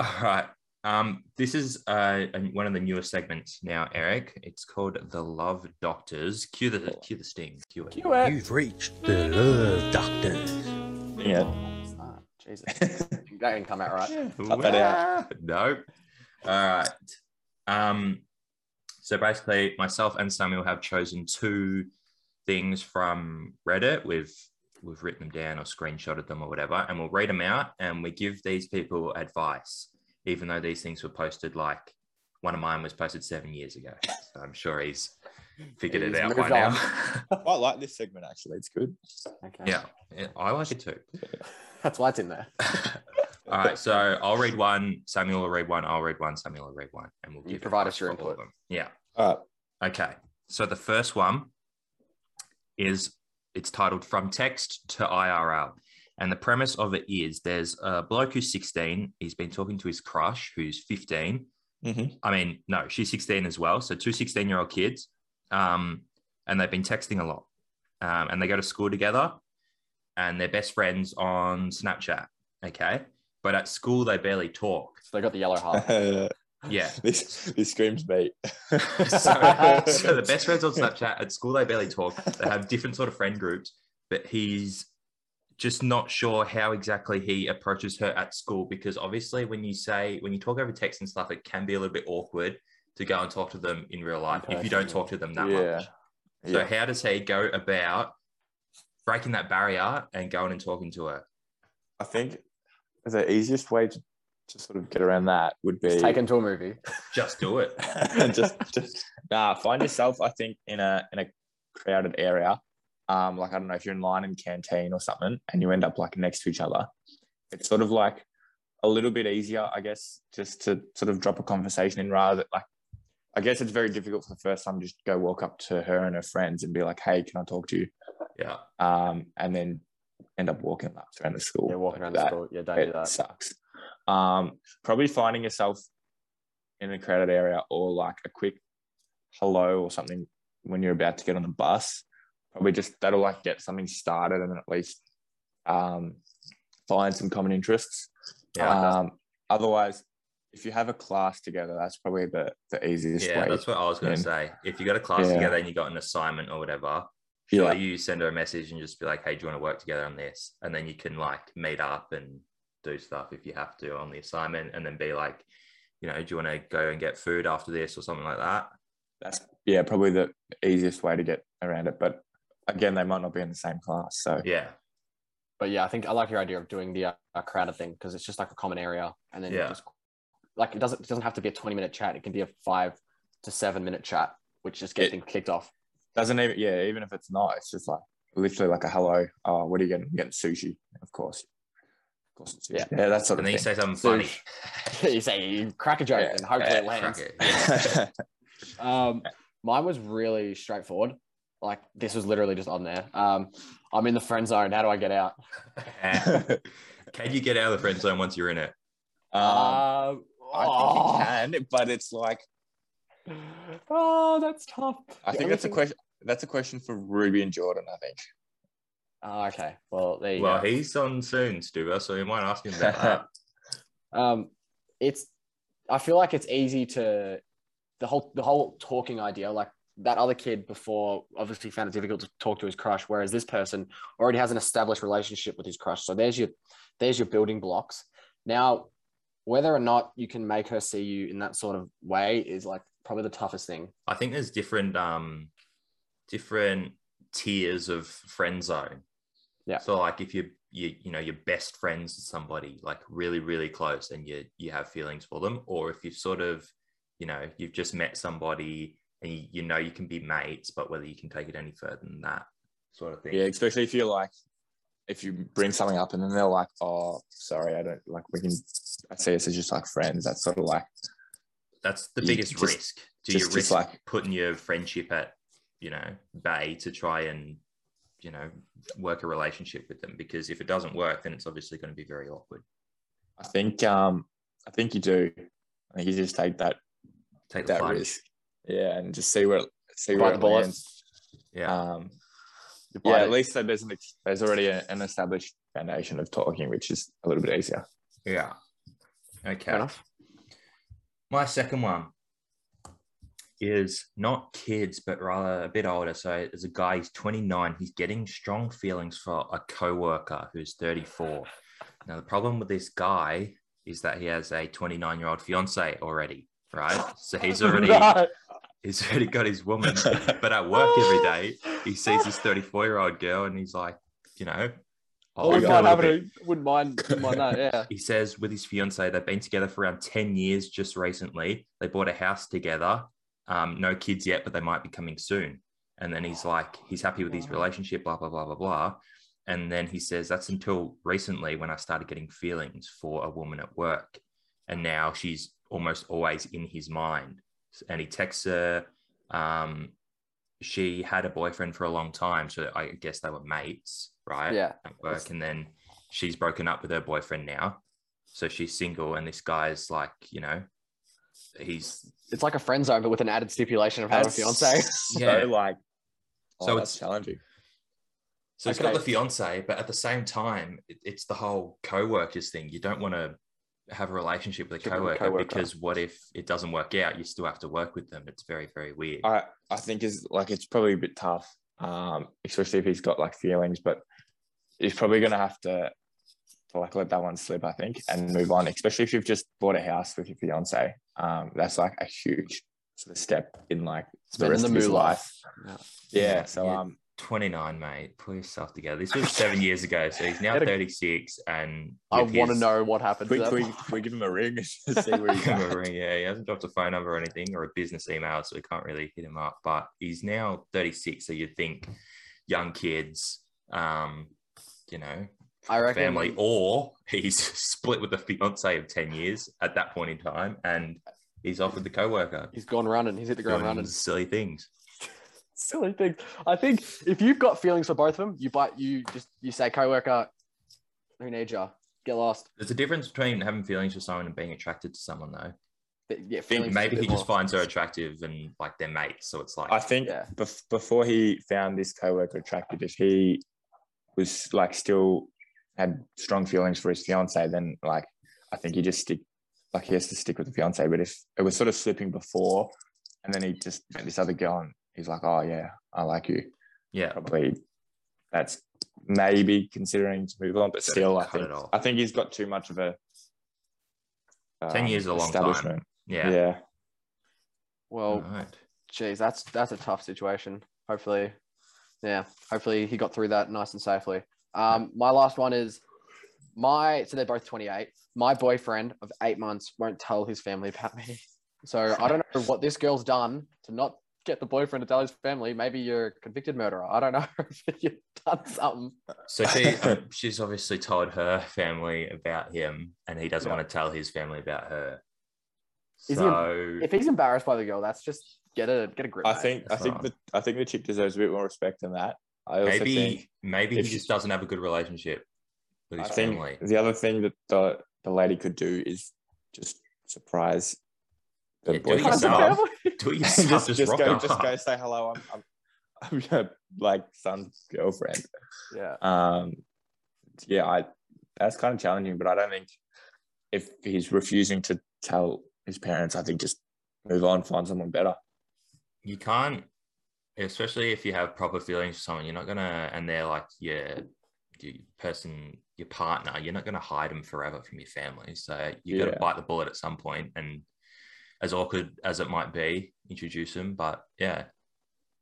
Speaker 1: All right. Um, this is uh, an- one of the newer segments now, Eric. It's called the Love Doctors. Cue the cue the sting. Cue it.
Speaker 2: cue it.
Speaker 4: You've reached the love doctors.
Speaker 3: Yeah.
Speaker 2: What's that? Oh, Jesus, that can come out right.
Speaker 3: Cut that
Speaker 1: Nope. All right. Um, so basically, myself and Samuel have chosen two things from Reddit. We've we've written them down or screenshotted them or whatever, and we'll read them out and we give these people advice, even though these things were posted like one of mine was posted seven years ago. So I'm sure he's figured
Speaker 2: He's
Speaker 1: it out by
Speaker 2: moved on.
Speaker 1: now.
Speaker 3: I like this segment actually. It's good.
Speaker 2: Okay.
Speaker 1: yeah, I like it too.
Speaker 2: That's why it's in there.
Speaker 1: All right, so I'll read one. One, Samuel will read one. I'll read one. Samuel will read one, and we'll
Speaker 2: You
Speaker 1: give
Speaker 2: provide
Speaker 1: advice
Speaker 2: us your
Speaker 1: for all
Speaker 2: input.
Speaker 1: of them. Yeah.
Speaker 3: All right.
Speaker 1: Okay. So the first one is it's titled From Text to IRL. And the premise of it is there's a bloke who's 16. He's been talking to his crush who's 15.
Speaker 3: Mhm.
Speaker 1: I mean, no, she's 16 as well. So two 16 year old kids. Um, and they've been texting a lot. Um, and they go to school together and they're best friends on Snapchat. Okay. But at school, they barely talk.
Speaker 2: So they got the yellow heart.
Speaker 1: Yeah.
Speaker 3: This this screams me.
Speaker 1: so, so the best friends on Snapchat at school they barely talk. They have different sort of friend groups, but he's just not sure how exactly he approaches her at school because obviously when you say when you talk over text and stuff, it can be a little bit awkward to go and talk to them in real life if you don't
Speaker 2: Personally.
Speaker 1: talk to them that
Speaker 3: Yeah.
Speaker 1: much. So
Speaker 3: Yeah.
Speaker 1: how does he go about breaking that barrier and going and talking to her?
Speaker 3: I think the easiest way to, to sort of get around that would be
Speaker 2: Just taken to a movie.
Speaker 1: Just do it.
Speaker 3: just, just nah. Find yourself, I think, in a in a crowded area. Um, like I don't know if you're in line in canteen or something, and you end up like next to each other. It's sort of like a little bit easier, I guess, just to sort of drop a conversation in rather than, like. I guess it's very difficult for the first time. Just go walk up to her and her friends and be like, "Hey, can I talk to you?"
Speaker 1: Yeah.
Speaker 3: Um, and then end up walking laps around the school.
Speaker 2: Yeah, walking around
Speaker 3: Don't do
Speaker 2: the
Speaker 3: that.
Speaker 2: school. Yeah, don't do
Speaker 3: It
Speaker 2: that.
Speaker 3: sucks. Um, probably finding yourself in a crowded area or like a quick hello or something when you're about to get on the bus. Probably just that'll like get something started and at least um, find some common interests.
Speaker 1: Yeah, I like that.
Speaker 3: um, otherwise, if you have a class together, that's probably the, the easiest
Speaker 1: Yeah,
Speaker 3: way.
Speaker 1: that's what I was going
Speaker 3: in.
Speaker 1: to say. If you got a class
Speaker 3: Yeah.
Speaker 1: together and you got an assignment or whatever,
Speaker 3: Yeah.
Speaker 1: surely you send her a message and just be like, "Hey, do you want to work together on this?" And then you can like meet up and do stuff if you have to on the assignment, and then be like, you know, do you want to go and get food after this or something like that?
Speaker 3: That's yeah, probably the easiest way to get around it. But again, they might not be in the same class, so
Speaker 1: Yeah,
Speaker 2: But yeah, I think I like your idea of doing the uh, crowded thing because it's just like a common area, and then you
Speaker 1: Yeah.
Speaker 2: just like it doesn't it doesn't have to be a twenty minute chat. It can be a five to seven minute chat, which just gets
Speaker 3: It-
Speaker 2: things kicked off.
Speaker 3: doesn't even yeah even if it's not it's just like literally like a hello oh what are you getting you getting sushi of course of course it's sushi.
Speaker 2: Yeah.
Speaker 3: yeah yeah that's sort
Speaker 1: and
Speaker 3: of
Speaker 1: then you
Speaker 3: thing.
Speaker 1: say something
Speaker 2: So-
Speaker 1: funny.
Speaker 2: you say you crack a joke,
Speaker 3: Yeah,
Speaker 2: and hopefully
Speaker 3: yeah,
Speaker 2: it lands.
Speaker 1: Crack it. Yeah.
Speaker 2: Um, mine was really straightforward. Like this was literally just on there. Um, I'm in the friend zone. How do I get out?
Speaker 1: And can you get out of the friend zone once you're in it?
Speaker 3: um,
Speaker 2: Um, oh,
Speaker 3: I think you can but it's like
Speaker 2: oh, that's tough.
Speaker 3: I
Speaker 2: The
Speaker 3: think
Speaker 2: only
Speaker 3: that's a
Speaker 2: thing-
Speaker 3: question that's a question for Ruby and Jordan I think
Speaker 2: Oh, okay. Well, there you
Speaker 1: Well,
Speaker 2: go.
Speaker 1: he's on soon, Stuber, so you might ask him about that.
Speaker 2: um, it's I feel like it's easy to the whole the whole talking idea like that other kid before obviously found it difficult to talk to his crush whereas this person already has an established relationship with his crush so there's your there's your building blocks now whether or not you can make her see you in that sort of way is like probably the toughest thing
Speaker 1: I think there's different um different tiers of friend zone.
Speaker 2: Yeah.
Speaker 1: So like if you you you know you're best friends with somebody like really really close and you you have feelings for them, or if you've sort of you know you've just met somebody and you, you know you can be mates, but whether you can take it any further than that sort of thing.
Speaker 3: yeah especially if you're like if you bring something up and then they're like oh sorry I don't like we can I see this as just like friends that's sort of like
Speaker 1: That's the
Speaker 3: You
Speaker 1: biggest
Speaker 3: just-
Speaker 1: risk. Do
Speaker 3: just,
Speaker 1: you
Speaker 3: just
Speaker 1: risk
Speaker 3: like
Speaker 1: putting your friendship at you know bay to try and you know work a relationship with them because if it doesn't work then it's obviously going to be very awkward
Speaker 3: I think um I think you do I think you just take that
Speaker 1: take the
Speaker 3: that
Speaker 1: plunge
Speaker 3: risk. Yeah, and just see where it- see
Speaker 2: Bite
Speaker 3: where
Speaker 2: the
Speaker 3: it
Speaker 2: bullet.
Speaker 3: lands.
Speaker 1: yeah
Speaker 3: Um,
Speaker 2: You bite
Speaker 3: yeah,
Speaker 2: it.
Speaker 3: at least there's an ex- there's already a, an established foundation of talking, which is a little bit easier.
Speaker 1: yeah
Speaker 2: Fair
Speaker 1: okay
Speaker 2: enough.
Speaker 1: my second one is not kids but rather a bit older so there's a guy he's 29 he's getting strong feelings for a coworker who's 34 now the problem with this guy is that he has a 29 year old fiance already right so he's already he's already got his woman, but at work every day, he sees this 34 year old girl and he's like, you know, I'll
Speaker 2: I wouldn't
Speaker 1: go
Speaker 2: mind,
Speaker 1: a
Speaker 2: having
Speaker 1: bit.
Speaker 2: a- wouldn't mind, wouldn't mind that. Yeah.
Speaker 1: He says with his fiance, they've been together for around 10 years just recently. They bought a house together. Um, no kids yet, but they might be coming soon. And then he's like, he's happy with his relationship, blah, blah, blah, blah, blah. And then he says, that's until recently when I started getting feelings for a woman at work. And now she's almost always in his mind. And he texts her um, she had a boyfriend for a long time, so I guess they were mates, right?
Speaker 2: Yeah.
Speaker 1: At work, and then she's broken up with her boyfriend now, so she's single, and this guy's like, you know, he's
Speaker 2: It's like a friend zone, but with an added stipulation of having a fiance.
Speaker 1: Yeah.
Speaker 3: So like, oh,
Speaker 1: So
Speaker 3: that's
Speaker 1: it's-
Speaker 3: challenging.
Speaker 1: so it's
Speaker 2: Okay.
Speaker 1: got the fiance, but at the same time, it, it's the whole co-workers thing. You don't want to have a relationship with a
Speaker 2: Should have a
Speaker 1: co-worker,
Speaker 2: coworker.
Speaker 1: because what if it doesn't work out? You still have to work with them. It's very very weird.
Speaker 3: I I think is like it's probably a bit tough, um, especially if he's got like feelings, but he's probably gonna have to, to like let that one slip, I think, and move on. Especially if you've just bought a house with your fiance, um, that's like a huge sort of step in like the
Speaker 2: Spending
Speaker 3: rest
Speaker 2: the
Speaker 3: of his
Speaker 2: moolah.
Speaker 3: life.
Speaker 2: Yeah.
Speaker 3: Yeah. So
Speaker 1: Yeah.
Speaker 3: um,
Speaker 1: 29, mate. Pull yourself together. This was seven years ago, so he's now
Speaker 2: Get a-
Speaker 1: 36, and
Speaker 2: I
Speaker 1: with
Speaker 2: want to
Speaker 1: his-
Speaker 2: know what happened.
Speaker 3: we,
Speaker 2: to that.
Speaker 3: we, we give him a ring and see where he's
Speaker 1: Give him a
Speaker 3: at.
Speaker 1: ring. Yeah, he hasn't dropped a phone number or anything or a business email, so we can't really hit him up. But he's now 36, so you'd think young kids, um, you know,
Speaker 2: I reckon.
Speaker 1: family, or he's split with a fiance of 10 years at that point in time, and he's off with the coworker
Speaker 2: He's gone running. He's hit the ground
Speaker 1: doing
Speaker 2: running.
Speaker 1: silly things.
Speaker 2: Silly thing. I think if you've got feelings for both of them, you bite. You just you say coworker, who needs you? Get lost.
Speaker 1: There's a difference between having feelings for someone and being attracted to someone, though.
Speaker 2: But Yeah,
Speaker 1: I think
Speaker 2: feelings.
Speaker 1: maybe
Speaker 2: is a
Speaker 1: he
Speaker 2: bit
Speaker 1: just
Speaker 2: more-
Speaker 1: finds her attractive and like they're mates. So it's like,
Speaker 3: I think
Speaker 2: Yeah.
Speaker 3: bef- before he found this coworker attractive, if he was like still had strong feelings for his fiance, then like I think he just stick like he has to stick with the fiance. But if it was sort of slipping before, and then he just met this other girl, and he's like, "Oh yeah, I like you."
Speaker 1: yeah,
Speaker 3: Probably that's maybe considering to move on, but
Speaker 1: Better
Speaker 3: still, I
Speaker 1: cut it
Speaker 3: think
Speaker 1: off.
Speaker 3: I think he's got too much of a um,
Speaker 1: 10 years is a long time.
Speaker 3: establishment.
Speaker 1: yeah.
Speaker 3: yeah.
Speaker 2: Well,
Speaker 1: Right.
Speaker 2: geez, that's that's a tough situation. Hopefully, yeah, hopefully he got through that nice and safely. Um, my last one is my so they're both 28. My boyfriend of eight months won't tell his family about me. So I don't know what this girl's done to not get the boyfriend to tell his family. Maybe you're a convicted murderer. I don't know if you've done something.
Speaker 1: So she, um, she's obviously told her family about him, and he doesn't
Speaker 3: Yeah.
Speaker 1: want to tell his family about her.
Speaker 2: Is he-
Speaker 1: So
Speaker 2: If he's embarrassed by the girl, that's just get a get a grip.
Speaker 3: I
Speaker 2: mate.
Speaker 3: think I
Speaker 1: That's
Speaker 3: think
Speaker 1: right.
Speaker 3: the I think the chick deserves a bit more respect than that. I also think
Speaker 1: maybe maybe he
Speaker 3: if she-
Speaker 1: just doesn't have a good relationship with
Speaker 3: I
Speaker 1: his
Speaker 3: think
Speaker 1: family.
Speaker 3: the other thing that the the lady could do is just surprise the
Speaker 1: Yeah, do it
Speaker 3: boyfriend.
Speaker 2: That's a
Speaker 1: yourself.
Speaker 2: family.
Speaker 1: Do it yourself.
Speaker 3: just,
Speaker 1: just,
Speaker 3: just
Speaker 1: rock
Speaker 3: go
Speaker 1: up.
Speaker 3: just go say hello. I'm, I'm, I'm your like son's girlfriend.
Speaker 2: yeah.
Speaker 3: Um, yeah, I that's kind of challenging, but I don't think if he's refusing to tell his parents, I think just move on, find someone better.
Speaker 1: You can't, especially if you have proper feelings for someone. You're not gonna, and they're like your your person, your partner. You're not gonna hide them forever from your family. So you got
Speaker 3: Yeah.
Speaker 1: to bite the bullet at some point, and as awkward as it might be, introduce them. But yeah,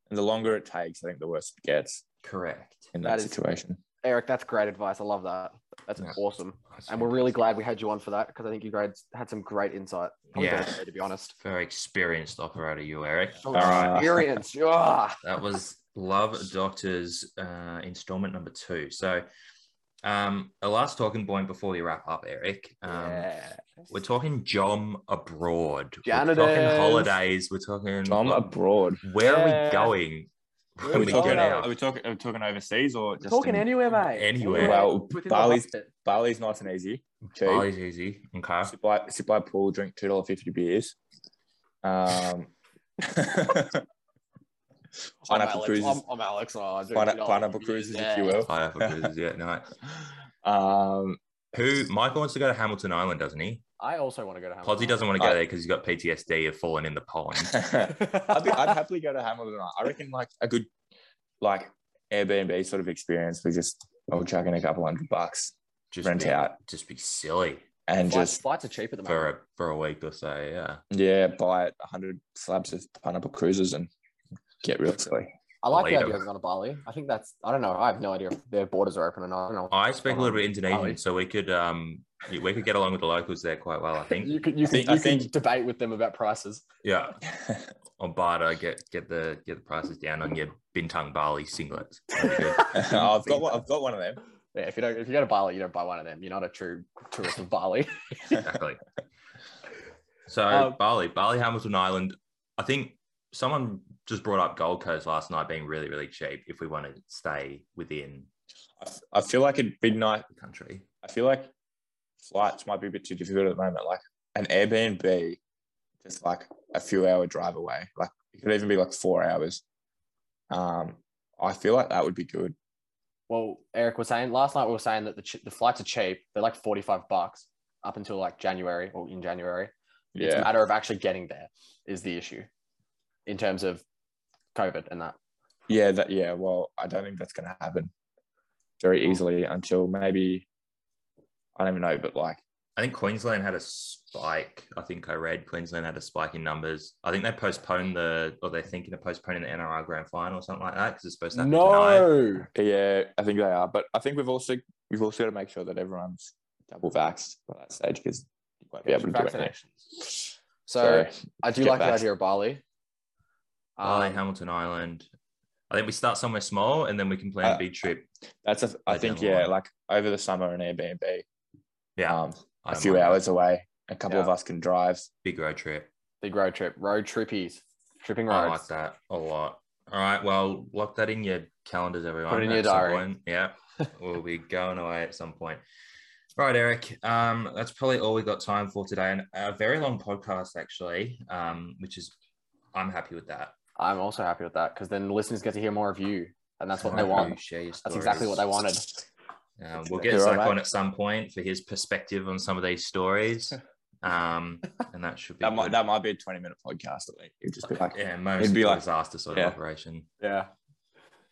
Speaker 3: And the longer it takes, I think the worse it gets
Speaker 1: correct.
Speaker 3: in
Speaker 2: That
Speaker 3: that,
Speaker 2: is-
Speaker 3: situation.
Speaker 2: Eric, that's great advice. I love that. That's
Speaker 1: Yeah.
Speaker 2: awesome.
Speaker 1: That's
Speaker 2: And we're really glad we had you on for that because I think you guys had some great insight. Probably
Speaker 1: Yeah.
Speaker 2: better than me, to be honest.
Speaker 1: very experienced operator, you Eric.
Speaker 3: right.
Speaker 2: Experience. Ah, Yeah.
Speaker 1: That was Love Doctors uh, installment number two. So, um, a last talking point before we wrap up, Eric. Um,
Speaker 2: yeah.
Speaker 1: We're talking jom abroad. We're
Speaker 2: Janitors.
Speaker 1: talking holidays. We're talking
Speaker 3: Tom abroad.
Speaker 1: where are
Speaker 2: Yeah.
Speaker 1: we going
Speaker 2: Where
Speaker 1: when
Speaker 2: are
Speaker 1: we,
Speaker 2: we
Speaker 1: get
Speaker 2: going?
Speaker 1: out?
Speaker 3: talking? Are we talking overseas or
Speaker 2: We're talking
Speaker 3: in-
Speaker 2: anywhere, mate.
Speaker 1: anywhere.
Speaker 3: Well,
Speaker 2: within the
Speaker 3: Bali's-
Speaker 2: budget.
Speaker 3: Bali's nice and easy. Cheap.
Speaker 1: Bali's Oh, easy. Okay.
Speaker 3: Sit by sit by a pool, drink two dollar fifty beers. Um, pineapple
Speaker 2: I'm Alex.
Speaker 3: cruises,
Speaker 2: I'm, I'm Alex. Oh, I do
Speaker 3: pine-
Speaker 2: know.
Speaker 3: pineapple cruises, if you
Speaker 2: Yeah.
Speaker 3: will.
Speaker 1: Pineapple cruises, yeah, nice.
Speaker 3: Um,
Speaker 1: Who Michael wants to go to Hamilton Island, doesn't he?
Speaker 2: I also want to go to Hamilton.
Speaker 1: Podsy doesn't want to go
Speaker 3: I-
Speaker 1: there because he's got PTSD of falling in the pond.
Speaker 3: I'd, be, I'd happily go to Hamilton. I reckon like a good like Airbnb sort of experience. We just I'll chuck in a couple hundred bucks
Speaker 1: Just
Speaker 3: Rent
Speaker 1: be,
Speaker 3: out.
Speaker 1: Just be silly
Speaker 3: and
Speaker 2: Flights,
Speaker 3: just
Speaker 2: flights are cheap at the
Speaker 1: for
Speaker 2: moment.
Speaker 1: a for a week or so. Yeah.
Speaker 3: yeah buy a hundred slabs of pineapple cruises and get real silly.
Speaker 2: I like the
Speaker 1: Later.
Speaker 2: idea of going to Bali. I think that's. I don't know. I have no idea if their borders are open or not. I don't know.
Speaker 1: I speak a little bit Indonesian,
Speaker 2: Ali.
Speaker 1: so we could um we could get along with the locals there quite well, I think.
Speaker 2: You could you,
Speaker 3: I think-
Speaker 2: could, you
Speaker 3: I think-
Speaker 2: could debate with them about prices.
Speaker 1: Yeah. On barter, get get the get the prices down on your bintang Bali singlets. That'd be good.
Speaker 3: I've got one, I've got one of them.
Speaker 2: Yeah, if you don't, if you go to Bali, you don't buy one of them. You're not a true tourist of Bali.
Speaker 1: exactly. So
Speaker 2: Um,
Speaker 3: Um,
Speaker 1: Bali, Bali, Hamilton Island. I think someone just brought up Gold Coast last night being really, really cheap if we want to stay within
Speaker 3: I f- I feel like it'd be nice.
Speaker 1: the country.
Speaker 3: I feel like flights might be a bit too difficult at the moment. Like an Airbnb, just like a few hour drive away. Like it could even be like four hours. Um, I feel like that would be good.
Speaker 2: Well, Eric was saying last night we were saying that the, ch- the flights are cheap. They're like 45 bucks up until like January or in January. It's a
Speaker 3: Yeah,
Speaker 2: matter of actually getting there is the issue in terms of COVID and that.
Speaker 3: yeah, that yeah. Well, I don't think that's gonna happen very easily until maybe I don't even know, but like
Speaker 1: I think Queensland had a spike. I think I read Queensland had a spike in numbers. I think they postponed the, or they're thinking of postponing the NRL grand final or something like that because it's supposed to happen tonight.
Speaker 2: No.
Speaker 3: yeah, I think they are. But I think we've also we've also got to make sure that everyone's double vaxxed by that stage because you won't be able to do anything.
Speaker 2: vaccinations. So
Speaker 3: So
Speaker 2: I do
Speaker 3: get
Speaker 2: like the
Speaker 3: back.
Speaker 2: idea of Bali.
Speaker 1: Bali,
Speaker 3: Oh.
Speaker 2: Um,
Speaker 1: Hamilton Island. I think we start somewhere small and then we can plan a
Speaker 3: Uh,
Speaker 1: big trip.
Speaker 3: that's a, I
Speaker 1: Right down
Speaker 3: think
Speaker 1: the
Speaker 3: yeah,
Speaker 1: line.
Speaker 3: like over the summer an Airbnb.
Speaker 1: Yeah,
Speaker 3: Um,
Speaker 1: I
Speaker 3: a
Speaker 1: don't
Speaker 3: few
Speaker 1: mind that.
Speaker 3: hours away. A couple of
Speaker 2: Yeah.
Speaker 3: us can drive.
Speaker 1: Big road trip.
Speaker 2: big road trip, road trippies, tripping
Speaker 1: I
Speaker 2: roads.
Speaker 1: like that a lot. All right. Well, lock that in your calendars, everyone.
Speaker 2: Put it in your
Speaker 1: at some
Speaker 2: diary.
Speaker 1: point. Yeah. we'll be going away at some point. All right, Eric. Um, that's probably all we got time for today. And a very long podcast, actually, um, which is, I'm happy with that.
Speaker 2: I'm also happy with that because then the listeners get to hear more of you, and that's what they want.
Speaker 1: Share your
Speaker 2: That's exactly what they
Speaker 1: stories.
Speaker 2: wanted.
Speaker 1: Um, we'll get
Speaker 3: You're all
Speaker 1: Zach
Speaker 3: right.
Speaker 1: on at some point for his perspective on some of these stories. Um, and that should be
Speaker 3: That might
Speaker 1: good.
Speaker 3: that might be a twenty minute podcast. I think it'd just be like
Speaker 1: yeah, most
Speaker 3: It'd be
Speaker 1: of a
Speaker 3: like-
Speaker 1: disaster sort
Speaker 3: yeah.
Speaker 1: of operation.
Speaker 2: Yeah.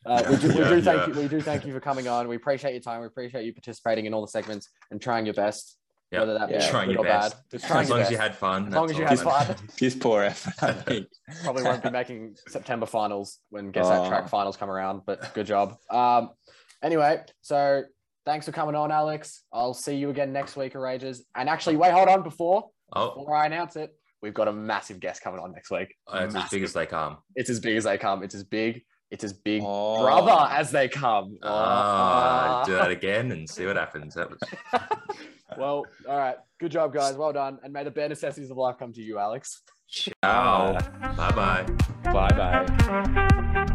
Speaker 2: Uh, we do, we
Speaker 1: Yeah,
Speaker 2: do thank
Speaker 1: yeah.
Speaker 2: you. We do thank you for coming on. We appreciate your time. We appreciate you participating in all the segments and trying your best,
Speaker 1: Yeah.
Speaker 2: whether that be
Speaker 3: Yeah.
Speaker 1: Trying
Speaker 2: good
Speaker 1: your
Speaker 2: or
Speaker 1: best.
Speaker 2: bad. Just trying
Speaker 1: As
Speaker 2: your
Speaker 1: long as you
Speaker 2: best.
Speaker 1: had fun.
Speaker 2: As long
Speaker 1: that's
Speaker 2: as you
Speaker 1: all
Speaker 2: had
Speaker 1: that
Speaker 2: fun.
Speaker 1: matters.
Speaker 3: piss poor effort. I think.
Speaker 2: Probably won't be making September finals when Guess That
Speaker 3: Oh.
Speaker 2: Track finals come around, but good job. Um, anyway, so thanks for coming on, Alex. I'll see you again next week, Rages. And actually, wait, hold on. Before
Speaker 1: Oh,
Speaker 2: before I announce it, we've got a massive guest coming on next week.
Speaker 1: it's as big as they come.
Speaker 2: It's as big as they come. It's as big. It's as big,
Speaker 3: Oh.
Speaker 2: brother, as they come.
Speaker 1: Ah,
Speaker 2: Ah.
Speaker 1: do that again and see what happens. That was
Speaker 2: well, all right. Good job, guys. Well done. And may the bare necessities of life come to you, Alex.
Speaker 1: ciao. Bye bye.
Speaker 3: Bye bye.